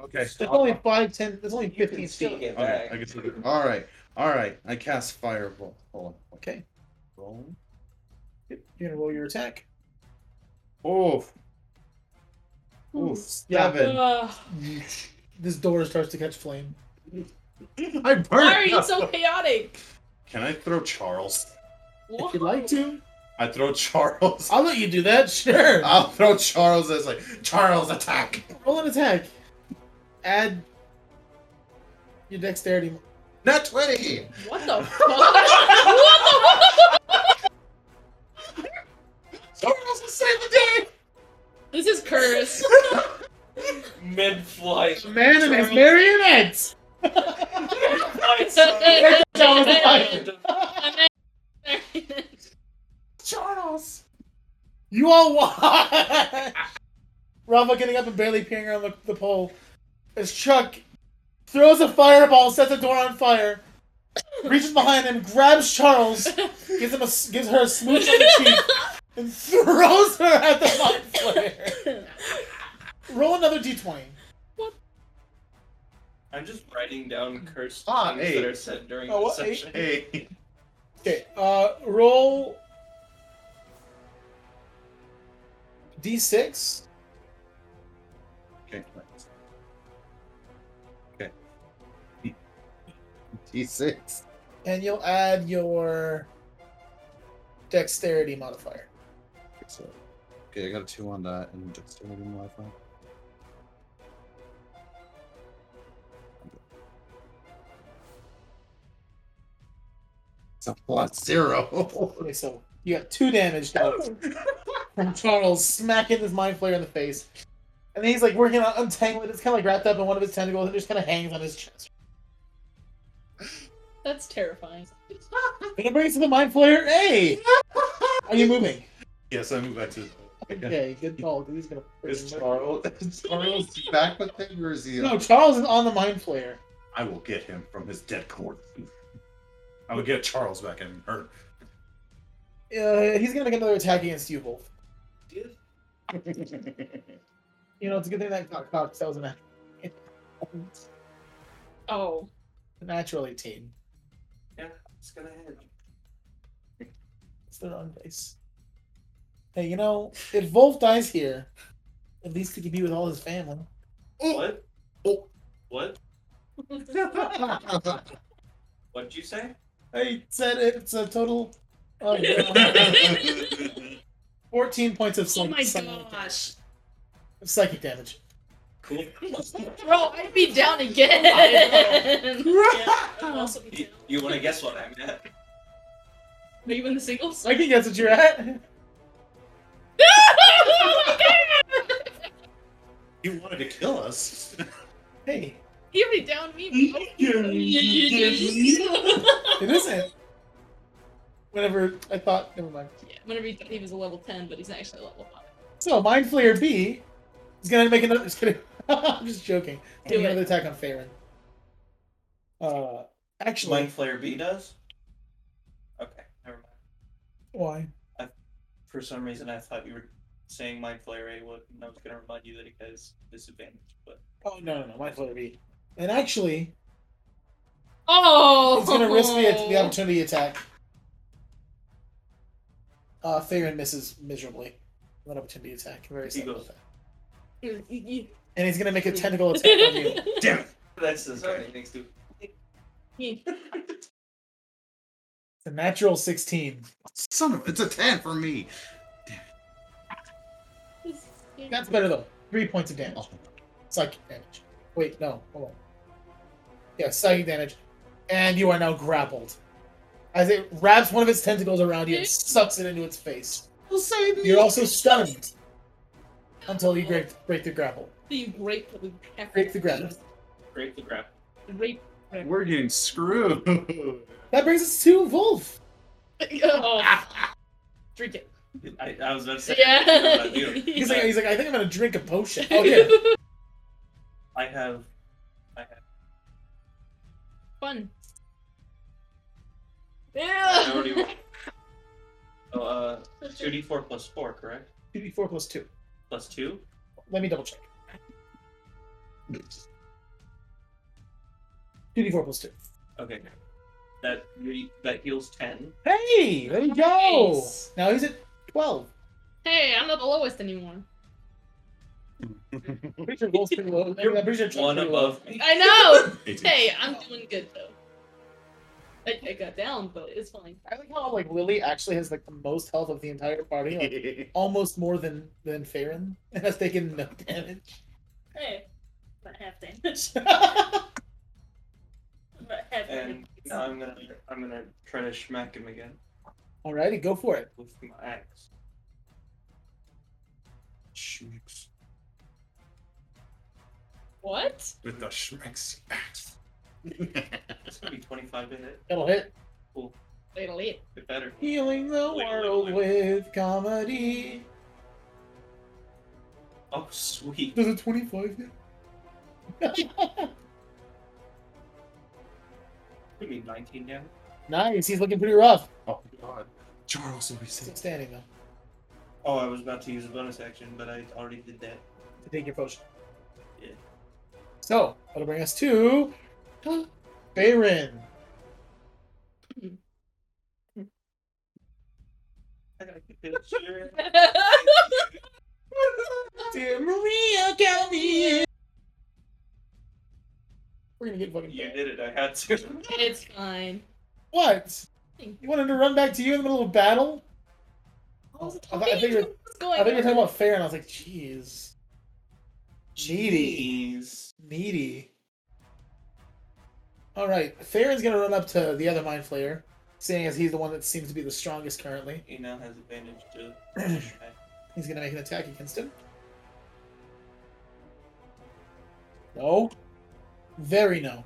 Speaker 6: Okay.
Speaker 1: There's only five, ten. There's only
Speaker 3: You can
Speaker 1: fifteen
Speaker 3: still
Speaker 1: feet.
Speaker 3: get
Speaker 6: Okay.
Speaker 3: back.
Speaker 6: I can see it. All right. All right. I cast Firebolt. Hold on. Okay. Roll.
Speaker 1: You're gonna roll your attack.
Speaker 6: Oh. Ooh,
Speaker 1: Yeah.
Speaker 6: seven.
Speaker 5: Ugh.
Speaker 1: This door starts to catch flame.
Speaker 6: I burned.
Speaker 5: why are you so chaotic?
Speaker 6: Can I throw Charles?
Speaker 1: If you'd like to,
Speaker 6: I throw Charles.
Speaker 1: I'll let you do that. Sure.
Speaker 6: I'll throw Charles as like Charles attack.
Speaker 1: roll an attack. Add your dexterity. mo-
Speaker 6: Not twenty.
Speaker 5: What the fuck? what the
Speaker 6: Charles will save the day.
Speaker 5: fuck? This is curse.
Speaker 3: Mid flight.
Speaker 1: Man and his marionettes.
Speaker 6: Charles.
Speaker 1: You all watch. Rava getting up and barely peering around the, the pole as Chuck throws a fireball, sets the door on fire, reaches behind him, grabs Charles, gives him a s gives her a smooch on the cheek, and throws her at the mind flare. Roll another d20.
Speaker 3: I'm just writing down cursed
Speaker 6: Ah,
Speaker 3: things
Speaker 6: eight.
Speaker 3: that are said during
Speaker 1: Oh,
Speaker 3: the
Speaker 1: what, eight?
Speaker 3: session.
Speaker 6: Hey.
Speaker 1: Okay, uh, roll d6.
Speaker 6: Okay. Okay. D six.
Speaker 1: and you'll add your dexterity modifier.
Speaker 6: So, okay, I got a two on that and dexterity modifier. It's a plus zero.
Speaker 1: Okay, so you got two damage dealt from Charles smacking his mind flare in the face, and then he's like working on untangling. it. It's kind of like wrapped up in one of his tentacles. and It just kind of hangs on his chest.
Speaker 5: That's terrifying.
Speaker 1: And it brings to the mind flare. Hey, are you moving?
Speaker 6: yes, I move back to.
Speaker 1: Okay, good call. 'cause He's gonna.
Speaker 6: Is Charles is Charles back with him or is he?
Speaker 1: No, Charles is on the mind flare.
Speaker 6: I will get him from his dead corpse. I will get Charles back and her.
Speaker 1: Uh, he's gonna make another attack against you, Wolf.
Speaker 6: That's
Speaker 1: You know, it's a good thing that got caught 'cause that was a nat-
Speaker 5: Oh.
Speaker 1: a natural 18.
Speaker 3: Yeah, it's gonna hit.
Speaker 1: It's the wrong place. Hey, you know, if Wolf dies here, at least he can be with all his family.
Speaker 3: What?
Speaker 6: Oh.
Speaker 3: What? What'd you say?
Speaker 1: I said it's a total of uh, fourteen points of
Speaker 5: Oh
Speaker 1: psychic,
Speaker 5: my
Speaker 1: psychic
Speaker 5: gosh.
Speaker 1: Damage. psychic damage.
Speaker 3: Cool.
Speaker 5: Bro, I'd be down again.
Speaker 2: yeah, I'll also be
Speaker 3: You,
Speaker 2: down.
Speaker 3: you wanna guess what I'm at?
Speaker 5: Are you in the singles?
Speaker 1: I can guess what you're at.
Speaker 6: you wanted to kill us.
Speaker 1: Hey,
Speaker 5: You already downed me. bro.
Speaker 1: It isn't. Whenever I thought, never mind.
Speaker 5: Yeah, whenever he thought he was a level 10, but he's actually a level 5.
Speaker 1: So Mind Flayer B is gonna make another. Just kidding. I'm just joking.
Speaker 5: Do
Speaker 1: Make
Speaker 5: it.
Speaker 1: another attack on Farron. Uh, actually,
Speaker 3: Mind Flare B does? Okay, never mind.
Speaker 1: why?
Speaker 3: For some reason, I thought you were saying Mind Flare A would, and I was going to remind you that it has disadvantage, but
Speaker 1: Oh no, no, no, Mind Flayer B. And actually,
Speaker 5: Oh!
Speaker 1: it's gonna risk the, the opportunity attack. Uh, Farron misses miserably. That opportunity attack, very
Speaker 3: He
Speaker 1: simple
Speaker 3: goes-
Speaker 1: attack.
Speaker 5: opportunity.
Speaker 1: And he's gonna make a tentacle attack on you.
Speaker 4: Damn it.
Speaker 3: that's the okay. next to
Speaker 1: It's a natural 16.
Speaker 4: Son of it's a 10 for me.
Speaker 1: That's better though. Three points of damage. Psychic damage. Wait, no, hold on. Yeah, psychic damage. And you are now grappled. As it wraps one of its tentacles around you and sucks it into its face. You're also stunned until you break, break the grapple.
Speaker 5: You grape the grapple.
Speaker 1: Break the grapple.
Speaker 3: break the grab.
Speaker 5: Rape.
Speaker 6: We're getting screwed.
Speaker 1: That brings us to Wolf.
Speaker 5: Oh. Drink it.
Speaker 3: I, I was about to say,
Speaker 5: Yeah.
Speaker 1: He's like, he's like, I think I'm gonna drink a potion. Oh yeah.
Speaker 3: I have
Speaker 5: Fun.
Speaker 3: I
Speaker 5: Yeah.
Speaker 3: already. oh, uh, 2d4 plus 4, correct?
Speaker 1: 2d4 plus 2.
Speaker 3: Plus 2?
Speaker 1: Let me double check. 2d4 plus 2.
Speaker 3: Okay. That re- that heals 10.
Speaker 1: Hey! There you go!
Speaker 5: Nice.
Speaker 1: Now he's at 12.
Speaker 5: Hey, I'm not the lowest anymore.
Speaker 1: Pretty sure Wolf's pretty low.
Speaker 3: You're
Speaker 1: I'm pretty sure Chuck's
Speaker 3: One
Speaker 1: pretty low.
Speaker 3: above me.
Speaker 5: I know.
Speaker 6: 18.
Speaker 5: hey, I'm doing good though. I, I got down, but it's fine.
Speaker 1: I like how like Lily actually has like the most health of the entire party, like, almost more than than Farron, and has taken no damage.
Speaker 2: Hey, but half damage. But half
Speaker 3: And
Speaker 2: damage.
Speaker 3: now I'm gonna I'm gonna try to smack him again
Speaker 1: Alrighty, go for it.
Speaker 3: with my axe.
Speaker 6: Schmicks.
Speaker 5: What?
Speaker 6: With the Schmicks.
Speaker 3: It's gonna be 25 to hit.
Speaker 1: That'll hit.
Speaker 5: Wait a minute.
Speaker 3: It better.
Speaker 1: Healing the
Speaker 3: Wait, wait,
Speaker 1: world
Speaker 3: wait.
Speaker 1: with comedy.
Speaker 3: Oh sweet.
Speaker 1: Does a twenty-five hit?
Speaker 3: You mean 19 damage?
Speaker 1: Nice. He's looking pretty rough.
Speaker 6: Oh god. Charles always
Speaker 1: Still
Speaker 6: says
Speaker 1: standing though.
Speaker 3: Oh, I was about to use a bonus action, but I already did that.
Speaker 1: To take your potion.
Speaker 3: Yeah.
Speaker 1: So that'll bring us to uh, Farron.
Speaker 3: I gotta keep it sure.
Speaker 1: Dear Maria, count me in. We're gonna get fucking.
Speaker 3: You did it. I had to.
Speaker 5: it's fine.
Speaker 1: What? You wanted to run back to you in the middle of a battle?
Speaker 5: I was
Speaker 1: I thought- I
Speaker 5: like,
Speaker 1: think you're-
Speaker 5: what's going
Speaker 1: I think you're
Speaker 5: on?
Speaker 1: talking about fair, and I was like, jeez. Needy.
Speaker 3: Jeez.
Speaker 1: Needy. Alright, Farron's gonna run up to the other Mind Flayer, seeing as he's the one that seems to be the strongest currently.
Speaker 3: He now has advantage to smack.
Speaker 1: He's gonna make an attack against him. No. Very no.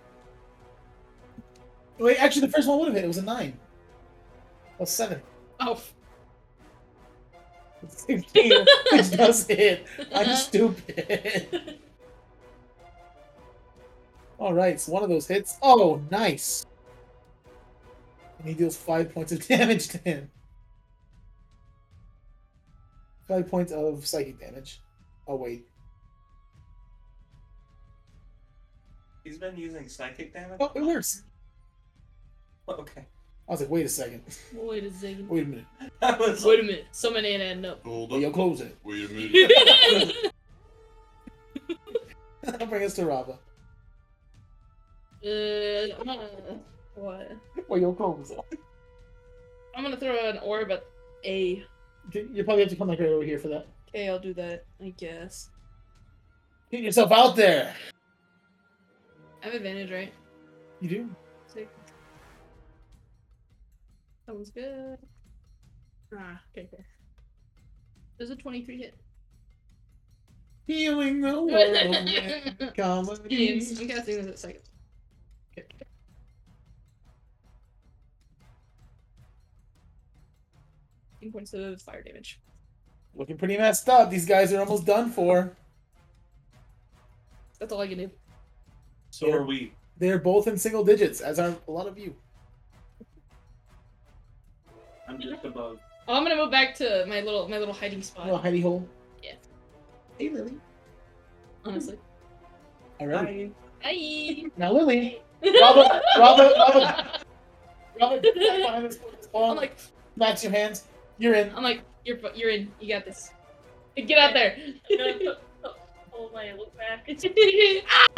Speaker 1: Wait, actually, the first one would have hit. It was a 9. Plus 7.
Speaker 5: Oh, f-
Speaker 1: 16, which does hit. I'm stupid. All right, so one of those hits. Oh, nice. And he deals five points of damage to him. Five points of psychic damage. Oh wait.
Speaker 3: He's been using psychic damage.
Speaker 1: Oh, it works.
Speaker 3: Okay.
Speaker 1: I was like, wait a second.
Speaker 5: wait a second.
Speaker 1: Wait a minute.
Speaker 3: I was
Speaker 5: Wait a minute. Someone ain't adding up.
Speaker 4: Hold
Speaker 1: Well, you'll close it.
Speaker 4: Wait a
Speaker 1: That'll bring us to Rava.
Speaker 5: uh, what?
Speaker 1: Well, you'll close it.
Speaker 5: I'm gonna throw an orb at A.
Speaker 1: Okay, You'll probably have to come like right over here for that.
Speaker 5: Okay, I'll do that. I guess.
Speaker 1: Get yourself out there.
Speaker 5: I have advantage, right?
Speaker 1: You do?
Speaker 5: Sick. Sounds good. Ah, okay, okay. There's a 23 hit.
Speaker 1: Healing the world with comedy.
Speaker 5: I'm guessing there's a second. Eight points of fire damage.
Speaker 1: Looking pretty messed up. These guys are almost done for.
Speaker 5: That's all I can do.
Speaker 3: So are we.
Speaker 1: They're both in single digits, as are a lot of you.
Speaker 3: I'm just above.
Speaker 5: Oh, I'm gonna move back to my little my little hiding spot.
Speaker 1: Little hidey hole.
Speaker 5: Hey, Lily. Honestly.
Speaker 1: All right.
Speaker 5: Hey.
Speaker 1: Now, Lily. Robert, Robert, Robert, Robert, behind this wall,
Speaker 5: I'm like,
Speaker 1: smacks your hands. You're in.
Speaker 5: I'm like, you're fu- you're in. You got this. Get out there.
Speaker 2: Oh my, look back.
Speaker 3: Why?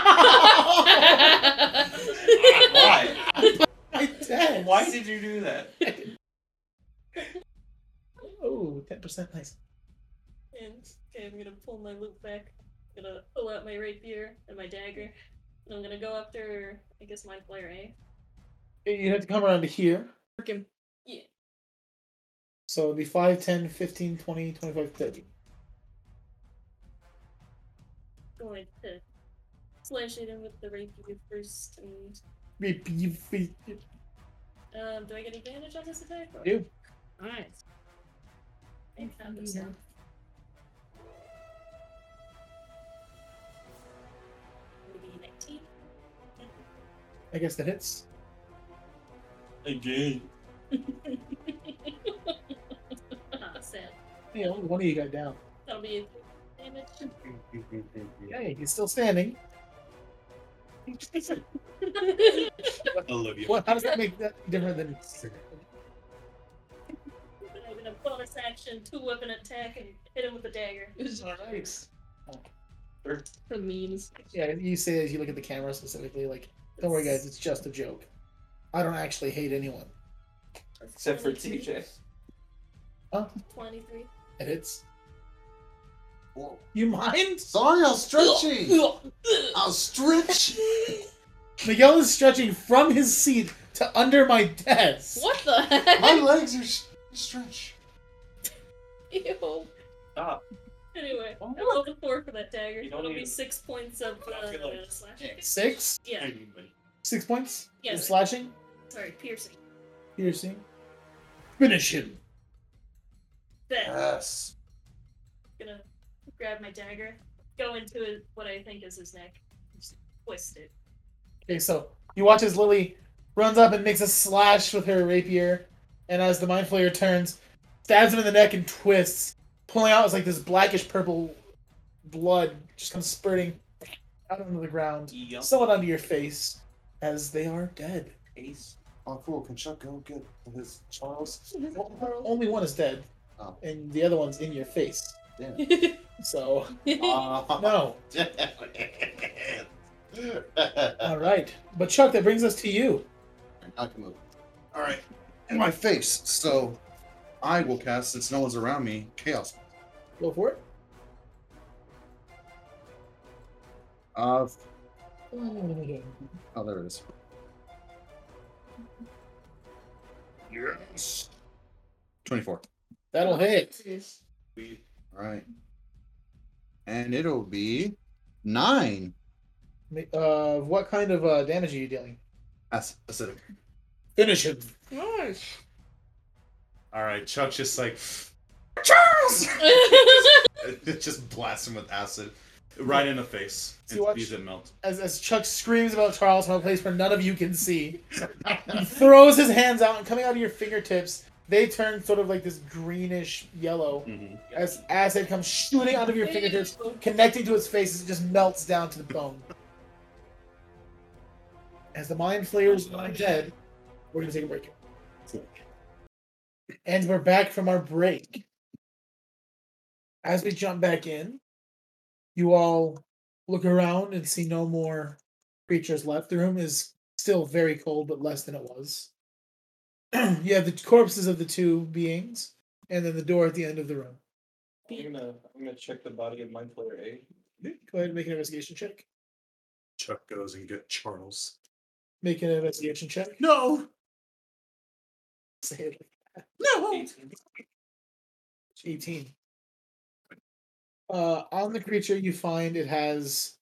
Speaker 1: I did.
Speaker 3: Why did you do that?
Speaker 1: Oh, 10% nice.
Speaker 2: And okay, I'm gonna pull my loop back. I'm gonna pull out my rapier and my dagger. And I'm gonna go after, I guess, my flare, eh?
Speaker 1: You'd have to come around to here.
Speaker 5: Work him.
Speaker 1: So it'd be 5, 10, 15, 20, 25, 30.
Speaker 2: Going to slash at him with the rapier first. And
Speaker 1: Beep, beep, beep.
Speaker 2: um, do I get advantage on this attack? Or...
Speaker 1: You do.
Speaker 5: Nice.
Speaker 2: I found this now. Maybe 19.
Speaker 1: I guess that hits.
Speaker 3: Again.
Speaker 2: Ah, sad.
Speaker 1: Yeah, only one of you got down.
Speaker 2: That'll be damage.
Speaker 1: Hey, he's still standing.
Speaker 4: I love you.
Speaker 1: What? How does that make that different than?
Speaker 2: Then I'm gonna bonus action, two weapon attack, and hit him with a dagger.
Speaker 1: All right.
Speaker 5: For memes.
Speaker 1: Yeah, you say as you look at the camera specifically, like, don't worry, guys, it's just a joke. I don't actually hate anyone.
Speaker 3: Except for TJ.
Speaker 2: 23.
Speaker 1: It hits.
Speaker 4: Whoa.
Speaker 1: You mind?
Speaker 4: Sorry, I was stretching. I was stretching.
Speaker 1: Miguel is stretching from his seat to under my desk.
Speaker 5: What the
Speaker 4: My
Speaker 5: heck?
Speaker 4: legs are s- stretched.
Speaker 5: Ew.
Speaker 3: Stop.
Speaker 2: Anyway,
Speaker 3: Oh.
Speaker 2: I rolled a 4 for that dagger.
Speaker 3: You don't
Speaker 2: It'll be
Speaker 3: even-
Speaker 2: 6 points of
Speaker 3: I
Speaker 2: uh,
Speaker 3: feel like-
Speaker 2: slash.
Speaker 1: Six?
Speaker 2: Yeah,
Speaker 1: Six points? You're
Speaker 2: yes.
Speaker 1: slashing?
Speaker 2: Sorry, piercing.
Speaker 1: Piercing? Finish him.
Speaker 2: Then
Speaker 4: Yes.
Speaker 2: gonna grab my dagger, go into it, what I think is his neck, just twist it.
Speaker 1: Okay, so you watch as Lily runs up and makes a slash with her rapier, and as the mind flayer turns, stabs him in the neck and twists, pulling out is like this blackish purple blood just comes spurting out onto the ground,
Speaker 3: Yup.
Speaker 1: somewhat onto your face, as they are dead.
Speaker 3: Ace.
Speaker 4: Oh, cool. Can Chuck go get his Charles?
Speaker 1: Only one is dead,
Speaker 4: Oh.
Speaker 1: and the other one's in your face. So
Speaker 4: Uh,
Speaker 1: no, all right. But Chuck, that brings us to you.
Speaker 4: I can move. All right, in my face. So I will cast since no one's around me. Chaos.
Speaker 1: Go for it.
Speaker 4: Uh, oh, there it is. Yes. Twenty-four.
Speaker 1: That'll hit.
Speaker 3: We
Speaker 4: All right. And it'll be nine.
Speaker 1: Uh, what kind of uh, damage are you dealing?
Speaker 4: Ac- acidic.
Speaker 1: Finish him.
Speaker 5: Nice.
Speaker 6: All right, Chuck's just like
Speaker 4: Charles.
Speaker 6: just blasts him with acid right in the face
Speaker 1: So
Speaker 6: and
Speaker 1: you watch-
Speaker 6: sees it melt.
Speaker 1: as, as Chuck screams about Charles from a place where none of you can see, he throws his hands out and coming out of your fingertips, they turn sort of like this greenish yellow
Speaker 6: Mm-hmm.
Speaker 1: as acid comes shooting out of your fingertips, connecting to his face as it just melts down to the bone. As the mind flayers are dead, we're gonna take a break. And we're back from our break. As we jump back in, you all look around and see no more creatures left. The room is still very cold, but less than it was. you have the corpses of the two beings, and then the door at the end of the room.
Speaker 3: I'm gonna I'm gonna check the body of my player A.
Speaker 1: Go ahead and make an investigation check.
Speaker 6: Chuck goes and get Charles.
Speaker 1: Make an investigation check.
Speaker 6: No,
Speaker 1: Say it
Speaker 3: Oh.
Speaker 1: like
Speaker 6: no.
Speaker 3: 18.
Speaker 1: 18. Uh, on the creature, you find it has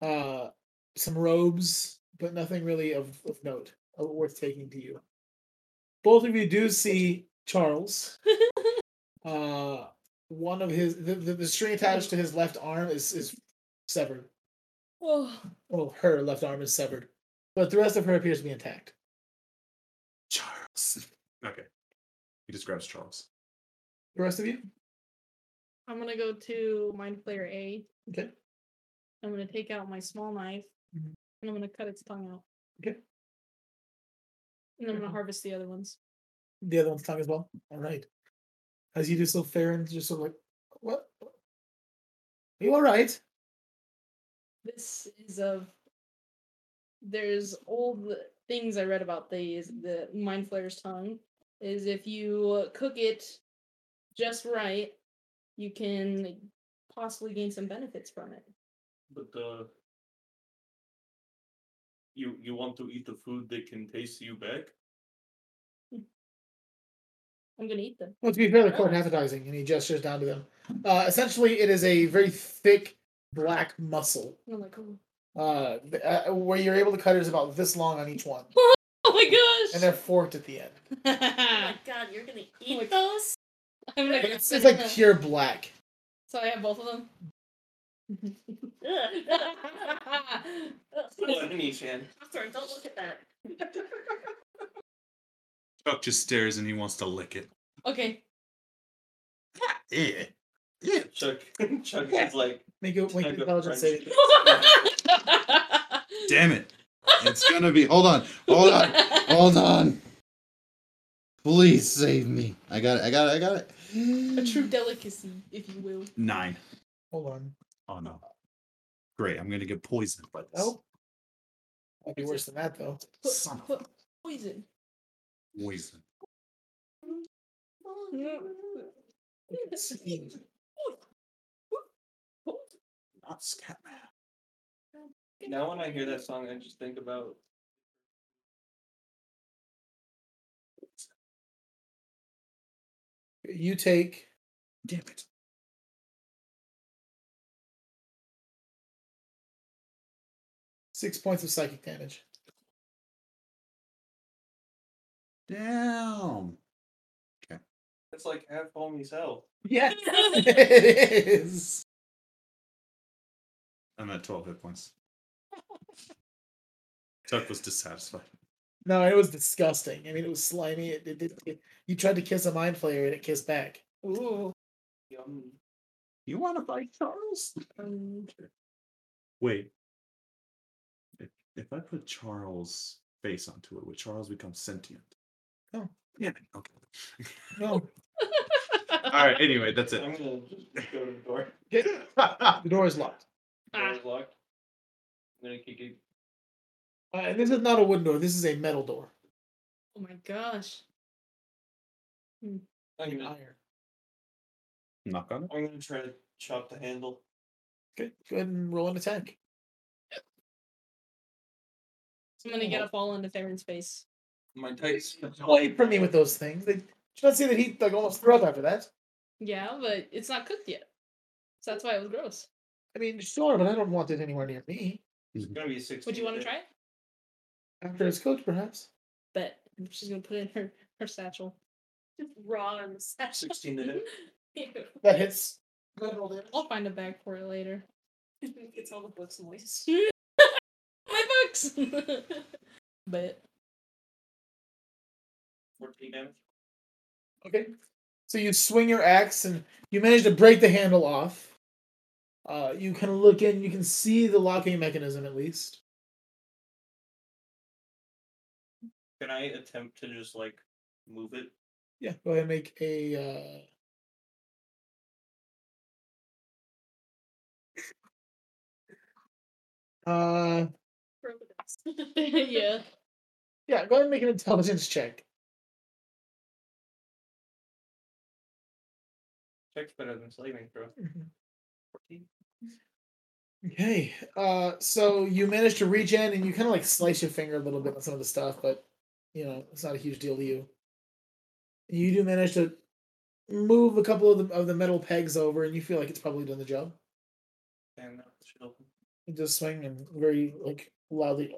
Speaker 1: uh, some robes, but nothing really of, of note uh, worth taking to you. Both of you do see Charles. uh, one of his the, the, the string attached to his left arm is is severed.
Speaker 5: Oh,
Speaker 1: Well, her left arm is severed, but the rest of her appears to be intact.
Speaker 6: Charles. Okay. He just grabs Charles.
Speaker 1: The rest of you,
Speaker 5: I'm gonna go to Mind Flayer A.
Speaker 1: okay?
Speaker 5: I'm gonna take out my small knife
Speaker 1: Mhm.
Speaker 5: and I'm gonna cut its tongue out.
Speaker 1: Okay.
Speaker 5: And I'm gonna
Speaker 1: Mhm.
Speaker 5: harvest the other ones.
Speaker 1: The other one's tongue as well. All right. As you do so, Farron's just sort of like, "What? Are you all right?"
Speaker 5: This is of. There's old things I read about these. The Mind Flayer's tongue is if you cook it just right, you can possibly gain some benefits from it.
Speaker 3: But uh, you you want to eat the food that can taste you back?
Speaker 5: I'm gonna eat them.
Speaker 1: Well, to be fair, they're quite appetizing, and he gestures down to them. Uh, essentially, it is a very thick black muscle.
Speaker 5: And I'm like, oh,
Speaker 1: Uh, th- uh, where you're able to cut it is about this long on each one,
Speaker 5: oh my
Speaker 1: and
Speaker 5: gosh!
Speaker 1: they're forked at the end.
Speaker 2: Oh my god, you're gonna eat those?
Speaker 5: I'm like,
Speaker 1: But It's, it's like pure black.
Speaker 5: so I have both of them.
Speaker 3: Well, in each hand.
Speaker 2: Sorry, don't look at that.
Speaker 6: Chuck just stares and he wants to lick it.
Speaker 5: okay.
Speaker 6: Yeah. Yeah.
Speaker 3: Chuck Chuck is like
Speaker 1: Make it make
Speaker 3: Like
Speaker 1: an
Speaker 3: a
Speaker 1: intelligence
Speaker 3: French-
Speaker 1: saving.
Speaker 6: Damn it. It's gonna be. Hold on. Hold on. Hold on. Please save me. I got it. I got it. I got
Speaker 5: A
Speaker 6: it.
Speaker 5: true delicacy, if you will.
Speaker 6: Nine.
Speaker 1: Hold on.
Speaker 6: Oh no. Great. I'm gonna get poisoned by this.
Speaker 1: Oh, might be worse than that though.
Speaker 5: Po-
Speaker 6: Son of
Speaker 5: po- poison.
Speaker 6: poison. Not Scatman.
Speaker 3: now when I hear that song, I just think about
Speaker 1: You take
Speaker 6: Damn it.
Speaker 1: six points of psychic damage.
Speaker 6: Damn.
Speaker 3: it's like half homie's health.
Speaker 1: Yeah,
Speaker 5: Oh
Speaker 1: it is.
Speaker 6: I'm at 12 hit points. Chuck was dissatisfied.
Speaker 1: No, it was disgusting. I mean, it was slimy. It, it, it, it- you tried to kiss a mind flayer and it kissed back.
Speaker 5: Ooh.
Speaker 3: Yum.
Speaker 6: You want to fight Charles?
Speaker 5: Um,
Speaker 6: Wait. If, if I put Charles' face onto it, would Charles become sentient?
Speaker 1: No.
Speaker 6: Oh, Yeah. Okay.
Speaker 1: No,
Speaker 6: All right. Anyway, that's
Speaker 3: I'm
Speaker 6: it.
Speaker 3: gonna just go to the door.
Speaker 1: the door is locked.
Speaker 3: Door is
Speaker 5: Ah.
Speaker 3: locked. I'm gonna kick it.
Speaker 1: Uh, and this is not a wooden door. This is a metal door.
Speaker 5: oh my gosh.
Speaker 3: I'm
Speaker 1: in
Speaker 3: gonna,
Speaker 1: Iron.
Speaker 6: Knock on it.
Speaker 3: I'm gonna try to chop the handle.
Speaker 1: Okay, go ahead and roll an attack.
Speaker 5: I'm gonna get a fall into Theron's face.
Speaker 3: My tights.
Speaker 1: Play for me with those things. They should not see that he like almost threw up after that.
Speaker 5: Yeah, but it's not cooked yet. So that's why it was gross.
Speaker 1: I mean, sure, but I don't want it anywhere near me.
Speaker 3: It's gonna be a six.
Speaker 5: Would you want to try it?
Speaker 1: After it's cooked, perhaps.
Speaker 5: Bet. She's gonna put it in her, her satchel.
Speaker 2: Just raw and sad.
Speaker 3: 16 to hit.
Speaker 2: Ew.
Speaker 1: That hits.
Speaker 5: I'll find a bag for it later.
Speaker 2: It's all the books moist.
Speaker 5: My books! but
Speaker 3: 14 damage.
Speaker 1: Okay. So you swing your axe and you manage to break the handle off. Uh, you kind of look in, you can see the locking mechanism at least.
Speaker 3: Can I attempt to just like move it?
Speaker 1: Yeah, go ahead and make a. Uh... uh,
Speaker 5: yeah.
Speaker 1: yeah, go ahead and make an intelligence check.
Speaker 3: Check's better than slaving throw. 14.
Speaker 1: Mm-hmm. Okay, uh, so you managed to reach in and you kind of like slice your finger a little bit on some of the stuff, but you know it's not a huge deal to you. You do manage to move a couple of the of the metal pegs over, and you feel like it's probably done the job.
Speaker 3: And uh, she'll
Speaker 1: You just swing and very like loudly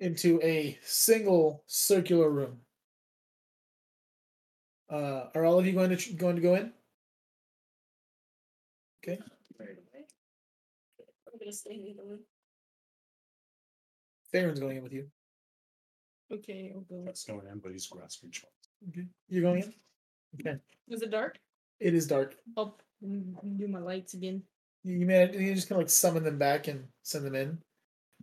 Speaker 1: into a single circular room. Uh, are all of you going to tr- going to go in?
Speaker 2: Right away. I'm gonna stay in the room.
Speaker 1: Farron's going in with you.
Speaker 5: Okay, I'll go.
Speaker 4: That's no end, but he's grasping choice.
Speaker 1: Okay. You're going in.
Speaker 5: Is it dark?
Speaker 1: It is dark.
Speaker 5: I'll mm, do my lights again.
Speaker 1: You, you man, you just kind of like summon them back and send them in.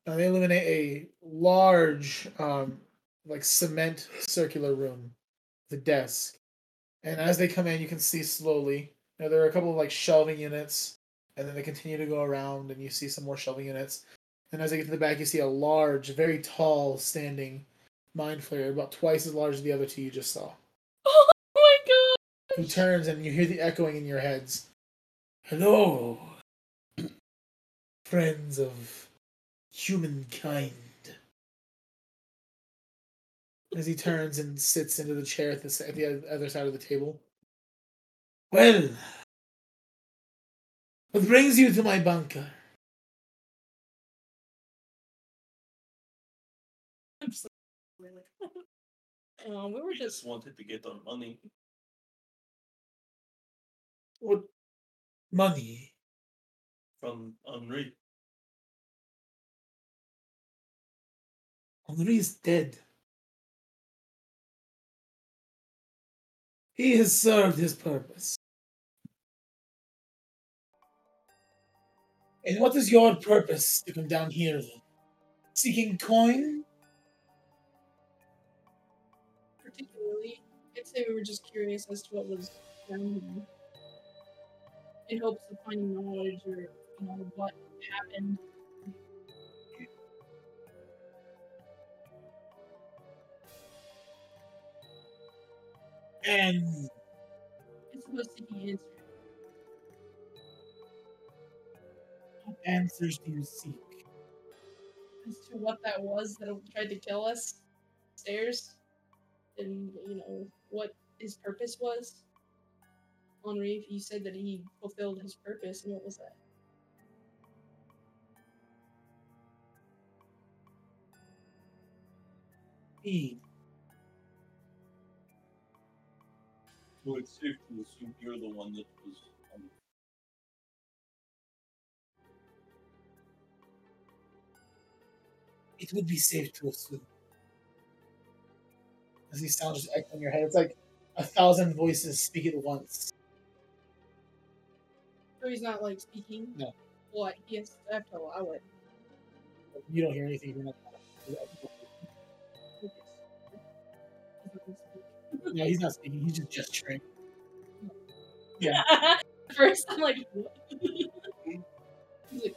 Speaker 1: Uh, they illuminate a large, um, like cement circular room, the desk, and as they come in, you can see slowly. Now there are a couple of like shelving units, and then they continue to go around, and you see some more shelving units. And as they get to the back, you see a large, very tall, standing mind flayer, about twice as large as the other two you just saw
Speaker 5: Oh my god!
Speaker 1: who turns and you hear the echoing in your heads. Hello, friends of humankind. As he turns and sits into the chair at the, s- at the oth- other side of the table. Well, what brings you to my bunker?
Speaker 5: I'm so-
Speaker 2: Really.
Speaker 5: Uh, we were
Speaker 3: We
Speaker 5: just
Speaker 3: just wanted to get our money.
Speaker 1: What money?
Speaker 3: from Henri.
Speaker 1: Henri is dead. He has served his purpose. And what is your purpose to come down here then? Seeking coin?
Speaker 5: particularly, I'd say we were just curious as to what was down here. In hopes of finding knowledge or, you know, what happened.
Speaker 1: And
Speaker 5: It's supposed to be answered.
Speaker 1: what answers do you seek?
Speaker 5: as to what that was that tried to kill us upstairs and you know what his purpose was henri if you said that he fulfilled his purpose and what was that
Speaker 1: Me.
Speaker 3: So it's safe to assume you're the one that was. Um,
Speaker 1: It would be safe to assume. As these sounds just echo in your head, it's like a thousand voices speak at once.
Speaker 5: so he's not like speaking
Speaker 1: No.
Speaker 5: what he has to have to allow it
Speaker 1: You don't hear anything. You're not.
Speaker 5: He just- he doesn't speak.
Speaker 1: No, he's not speaking. He's just gesturing.
Speaker 5: first i'm like what? He's like,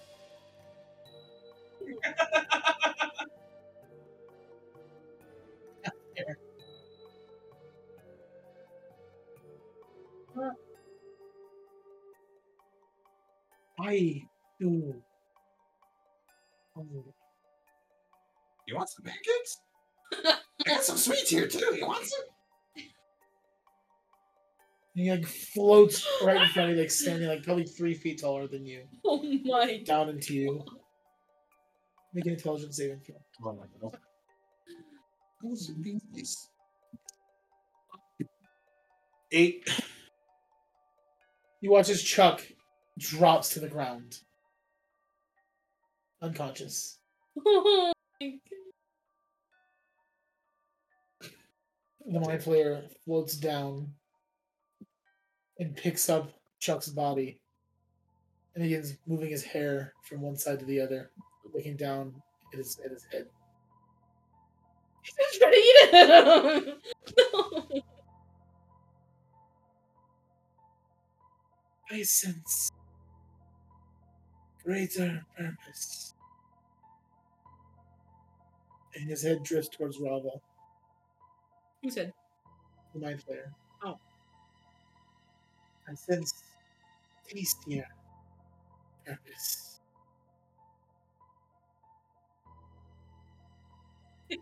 Speaker 1: I do. Oh,
Speaker 4: You want some pancakes? I got some sweets here too. You want some?
Speaker 1: He like floats right in front of you, like standing like probably three feet taller than you,
Speaker 5: oh my god
Speaker 1: down into you. Make an intelligence saving throw.
Speaker 4: Oh my god. Those would be nice. Eight.
Speaker 1: You watch as Chuck drops to the ground, unconscious.
Speaker 5: oh my god
Speaker 1: The mind flayer floats down and picks up Chuck's body and begins moving his hair from one side to the other, looking down at his, at his head.
Speaker 5: I'm trying to eat him. no.
Speaker 1: I sense greater purpose. And his head drifts towards Rava,
Speaker 5: Who said?
Speaker 1: the mind flayer.
Speaker 5: Oh.
Speaker 1: I sense tastier purpose.
Speaker 5: Who's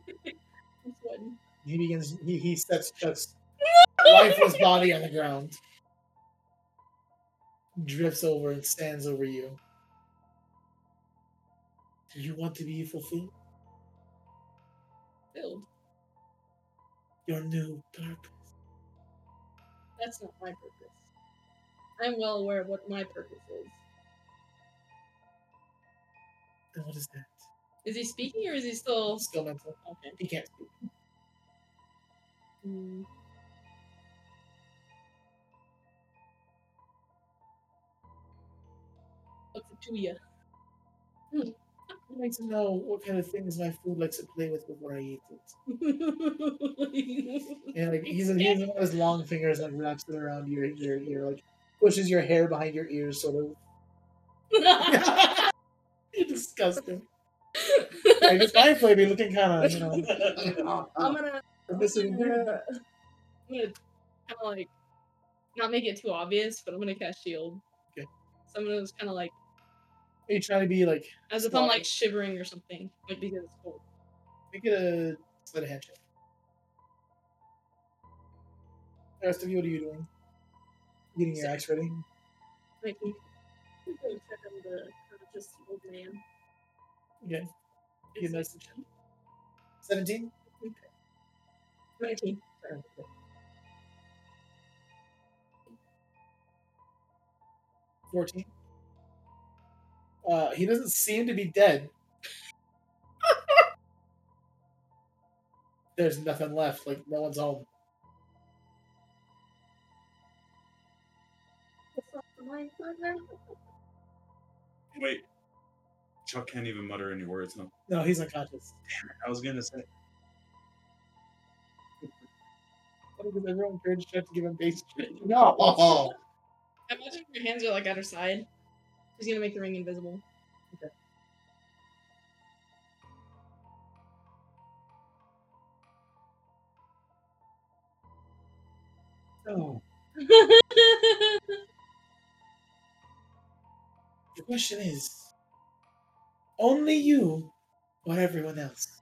Speaker 5: what?
Speaker 1: He begins. He, he sets Chuck's lifeless body on the ground. Drifts over and stands over you. Do you want to be fulfilled?
Speaker 5: Filled.
Speaker 1: Your new purpose.
Speaker 5: That's not my purpose. I'm well aware of what my purpose is.
Speaker 1: And what is that?
Speaker 5: Is he speaking or is he still
Speaker 1: Still mental.
Speaker 5: okay?
Speaker 1: He can't speak.
Speaker 5: Hmm. What's it to you?
Speaker 1: I'd like to know what kind of things my food likes to play with before I eat it. And like he's he's one of his long fingers that wraps it around your your your like pushes your hair behind your ears sort of. Disgusting. Like this guy play be looking kinda, you know,
Speaker 5: I'm gonna, I'm
Speaker 1: missing
Speaker 5: gonna, I'm gonna kind of like not make it too obvious, but I'm gonna cast shield.
Speaker 1: Okay.
Speaker 5: So I'm gonna just kind of like,
Speaker 1: Are you trying to be like
Speaker 5: as if I'm
Speaker 1: Slightly.
Speaker 5: like shivering or something, like because it's cold.
Speaker 1: make it a sleight of hand check. The rest of you, what are you doing? Getting your axe ready?
Speaker 5: Like,
Speaker 2: I'm gonna check on the conscious old man.
Speaker 1: Okay. Get nice and chill. Seventeen?
Speaker 5: Nineteen.
Speaker 1: Fourteen. Uh, he doesn't seem to be dead. There's nothing left. Like no one's home.
Speaker 4: Wait. Chuck can't even mutter any words now.
Speaker 1: No, he's unconscious.
Speaker 4: I was gonna say.
Speaker 1: What is everyone encouraged to give him base?
Speaker 6: No.
Speaker 5: I imagine if your hands are like at her side. She's gonna make the ring invisible.
Speaker 1: No. The question is, only you or everyone else?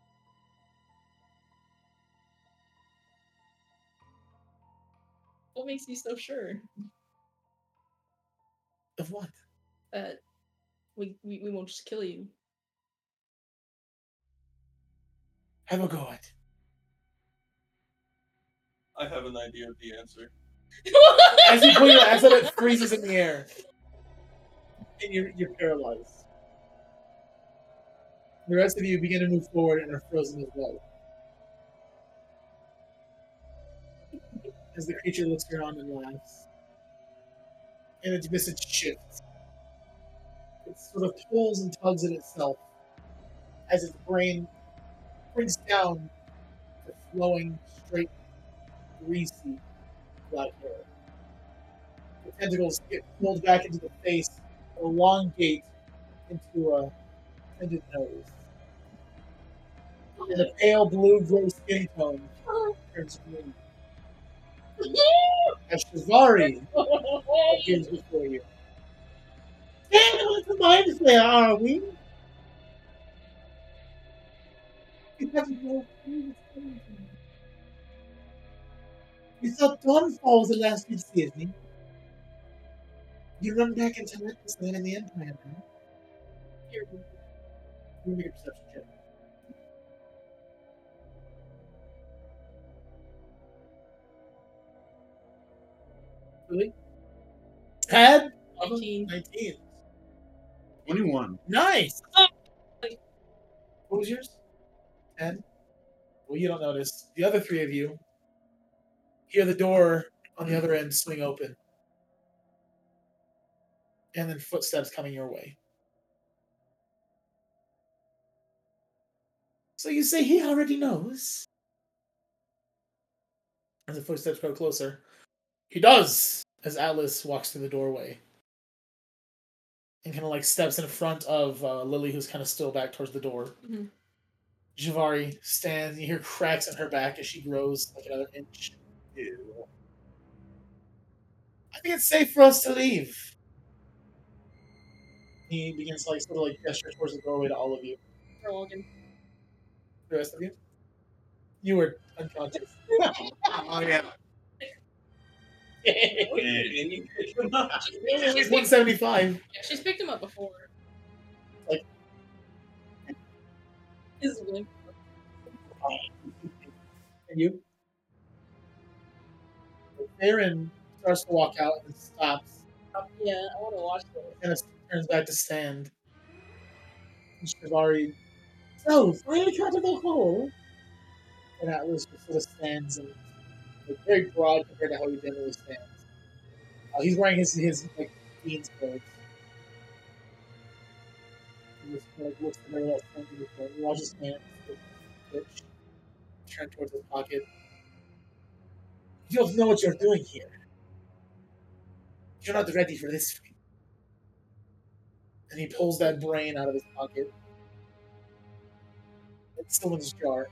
Speaker 5: what makes you so sure
Speaker 1: Of what?
Speaker 5: that we, we we won't just kill you?
Speaker 1: Have a go at. it.
Speaker 3: I have an idea of the answer.
Speaker 1: As you pull your axe out, it freezes in the air, and you're you're paralyzed. The rest of you begin to move forward and are frozen as well. As the creature looks around and laughs, and its visage shifts, it sort of pulls and tugs at itself as its brain brings down the flowing, straight, greasy black hair the tentacles get pulled back into the face, elongate into a tended nose. And the pale blue gray skin tone turns green. As Shivari appears before you. Stand with the mind slayer, are we? You haven't moved through the same thing. You saw Dawn Falls the last week, excuse me. You run back into Atlas Land in the Empire, man. Here, you make a perception check. Really? Tab?
Speaker 5: Nineteen.
Speaker 1: 19.
Speaker 4: 21.
Speaker 1: Nice! What was yours? 10? Well, you don't notice. The other three of you hear the door on the other end swing open. And then footsteps coming your way. So you say he already knows? As the footsteps grow closer, he does! As Atlas walks through the doorway and kind of like steps in front of uh, Lily, who's kind of still back towards the door.
Speaker 5: Mhm.
Speaker 1: Javari stands. You hear cracks in her back as she grows like another inch. Ew. I think it's safe for us to leave. He begins to like sort of like gesture towards the doorway to all of you.
Speaker 5: We're all gonna-
Speaker 1: The rest of you, you were unconscious.
Speaker 6: Oh yeah.
Speaker 5: She's
Speaker 3: Oh,
Speaker 1: It's
Speaker 5: picked,
Speaker 1: 175.
Speaker 5: she's picked him up before.
Speaker 1: Like-
Speaker 5: This is weird.
Speaker 1: And you? Aaron starts to walk out and stops
Speaker 5: Um, yeah, I want to watch this.
Speaker 1: kind of turns back to stand. And Shivari, "Oh, so finally cut to the hole. And Atlas just sort of stands and like, very broad compared to how he generally stands. Uh, he's wearing his his like jeans clothes. He just like looks at everyone else standing before. He washes his hands, with a bitch, turn towards his pocket. You don't know what you're doing here. You're not ready for this and he pulls that brain out of his pocket. It's still in his jar.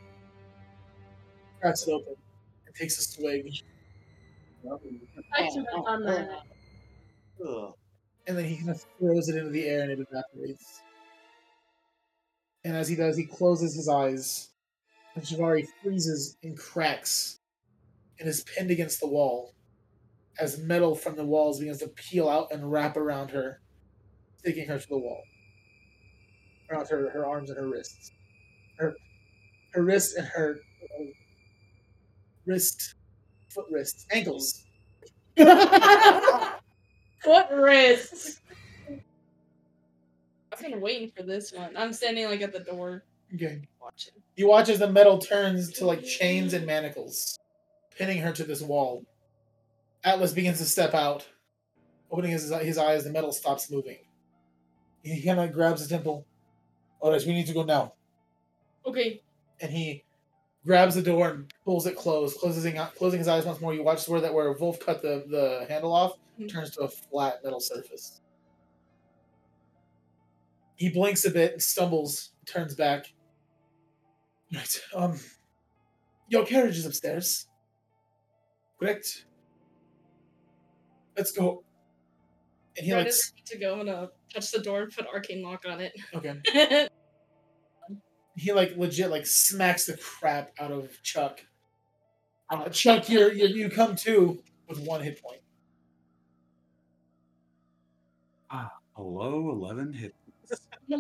Speaker 1: Cracks it open and takes a swig.
Speaker 2: I should have
Speaker 1: Oh,
Speaker 2: done that.
Speaker 1: And then he kind of throws it into the air and it evaporates. And as he does, he closes his eyes. And Shivari freezes and cracks and is pinned against the wall as metal from the walls begins to peel out and wrap around her, sticking her to the wall. Around her, her arms and her wrists. Her, her wrists and her uh, wrist, foot wrists, ankles.
Speaker 5: What wrists? I've been waiting for this one. I'm standing like at the door
Speaker 1: okay.
Speaker 5: watching.
Speaker 1: You watch as the metal turns to like chains and manacles, pinning her to this wall. Atlas begins to step out, opening his, his eyes. The metal stops moving. He kind of grabs the temple. All right, we need to go now.
Speaker 5: Okay,
Speaker 1: And he grabs the door and pulls it closed, closing closing his eyes once more. You watch where that where Wolf cut the the handle off
Speaker 5: Mhm.
Speaker 1: turns to a flat metal surface. He blinks a bit and stumbles, turns back. Right. Um. Your carriage is upstairs. Correct. Let's go. And he
Speaker 5: Brad
Speaker 1: like
Speaker 5: is ready to go. I'm gonna touch the door and put arcane lock on it.
Speaker 1: okay. he like legit like smacks the crap out of Chuck. Uh, Chuck, you're, you you come to with one hit point.
Speaker 4: Hello, 11 hit.
Speaker 1: Uh,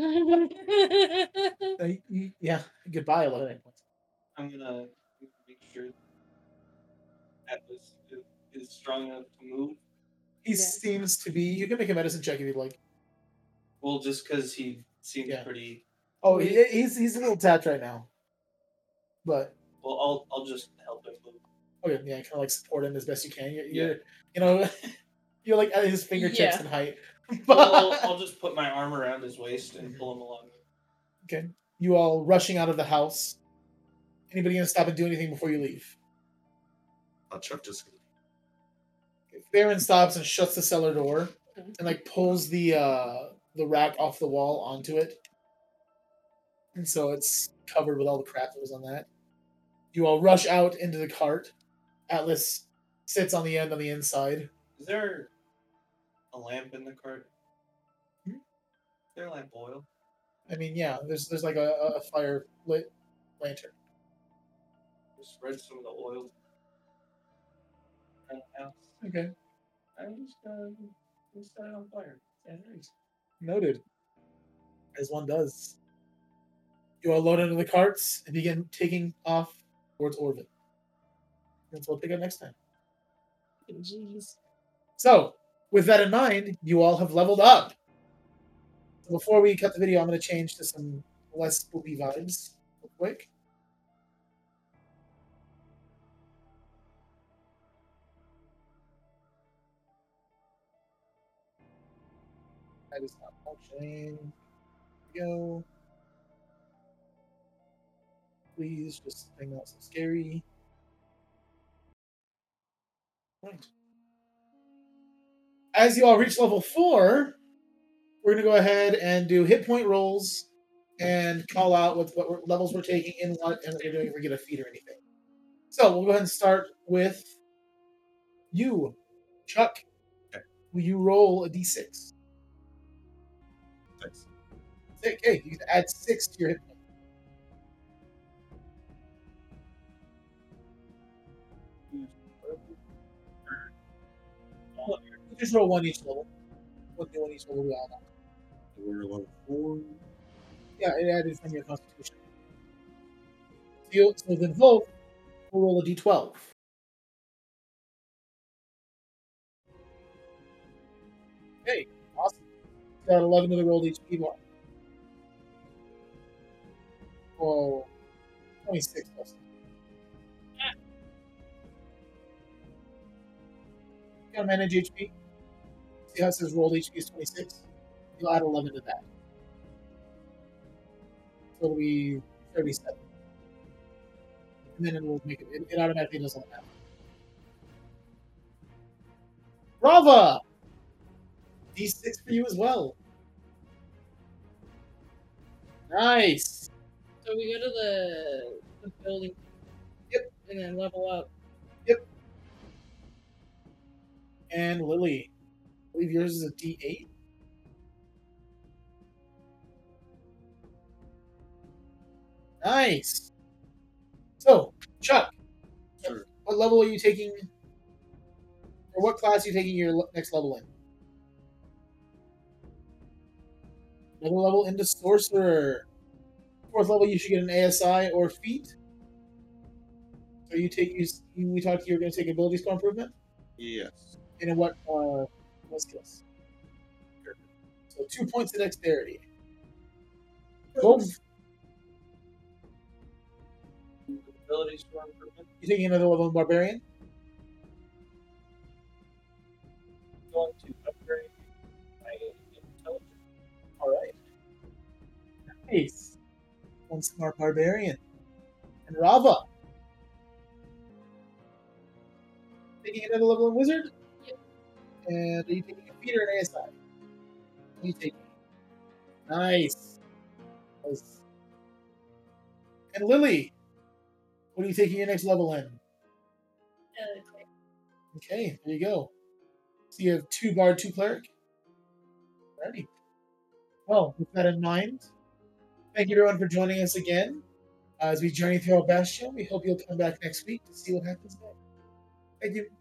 Speaker 1: y- y- yeah, goodbye, eleven hit points.
Speaker 3: I'm gonna make sure Atlas is- is strong enough to move.
Speaker 1: He
Speaker 5: Yeah.
Speaker 1: seems to be. You can make a medicine check if you'd like.
Speaker 3: Well, just because he seems
Speaker 1: Yeah.
Speaker 3: pretty.
Speaker 1: Oh, he, he's he's a little tapped right now, but
Speaker 3: Well, I'll I'll just help him move.
Speaker 1: okay, yeah, kind of like support him as best you can. You're,
Speaker 3: Yeah.
Speaker 1: you're you know, you're like at his fingertips
Speaker 5: Yeah.
Speaker 1: in height.
Speaker 3: Well, I'll, I'll just put my arm around his waist and pull him along.
Speaker 1: you all rushing out of the house. Anybody gonna stop and do anything before you leave?
Speaker 4: Uh, Chuck just.
Speaker 1: Baron stops and shuts the cellar door and like pulls the uh the rack off the wall onto it. And so it's covered with all the crap that was on that. You all rush out into the cart. Atlas sits on the end on the inside.
Speaker 3: Is there a lamp in the cart?
Speaker 1: Hmm?
Speaker 3: Is there a lamp oil?
Speaker 1: I mean, yeah, there's there's like a, a- a fire lit lantern.
Speaker 3: Just spread some of the oil. around the house.
Speaker 1: Okay.
Speaker 3: I'm just gonna just set it on fire. Yeah, nice.
Speaker 1: Noted. As one does. You all load into the carts and begin taking off towards orbit. That's what we'll pick up next time.
Speaker 5: Jeez.
Speaker 1: So, with that in mind, you all have leveled up. Before we cut the video, I'm going to change to some less spooky vibes real quick. That is not functioning. There we go. Please just hang out so scary. Right as you all reach level four, we're gonna go ahead and do hit point rolls and call out what, what we're- levels we're taking and what and what we're doing if we get a feat or anything. So we'll go ahead and start with you, Chuck. Will you roll a d6?
Speaker 4: Thanks.
Speaker 1: Okay, you can add six to your hit point. Just roll one each level. One d one each level. We all know.
Speaker 6: We're level four.
Speaker 1: Yeah, it added from your constitution. So, you, so then Volk will roll a d12. Hey, awesome. Got 11 of the rolled HP bar. Whoa. 26 plus. You gotta manage HP. See how it says rolled HP is 26? You'll add 11 to that. So it'll be 37. And then it will make it, it, it automatically does all that. Brava! D6 for you as well. Nice!
Speaker 5: So we go to the, the building.
Speaker 1: Yep.
Speaker 5: And then level up.
Speaker 1: And Lily, I believe yours is a D8? Nice! So, Chuck,
Speaker 6: Sure.
Speaker 1: what level are you taking? Or what class are you taking your le- next level in? Another level into Sorcerer. Fourth level, you should get an ASI or feat. So you take you, s- you we talked you were going to take ability score improvement,
Speaker 6: Yes.
Speaker 1: and in what uh what skills? So two points of dexterity. Both
Speaker 3: Abilities for improvement.
Speaker 1: you taking another level in barbarian?
Speaker 3: I'm going to upgrade my intelligence.
Speaker 1: All right. Nice. One smart barbarian. And Rava. Taking another level in wizard.
Speaker 2: Yep.
Speaker 1: And are you taking a feeder and ASI? What are you taking? Nice. Nice. And Lily, what are you taking your next level in?
Speaker 2: Uh, great.
Speaker 1: Okay, there you go. So you have two bard, two cleric. Alrighty. Well, with that in mind, thank you everyone for joining us again. as we journey through our bastion, we hope you'll come back next week to see what happens next. Thank you.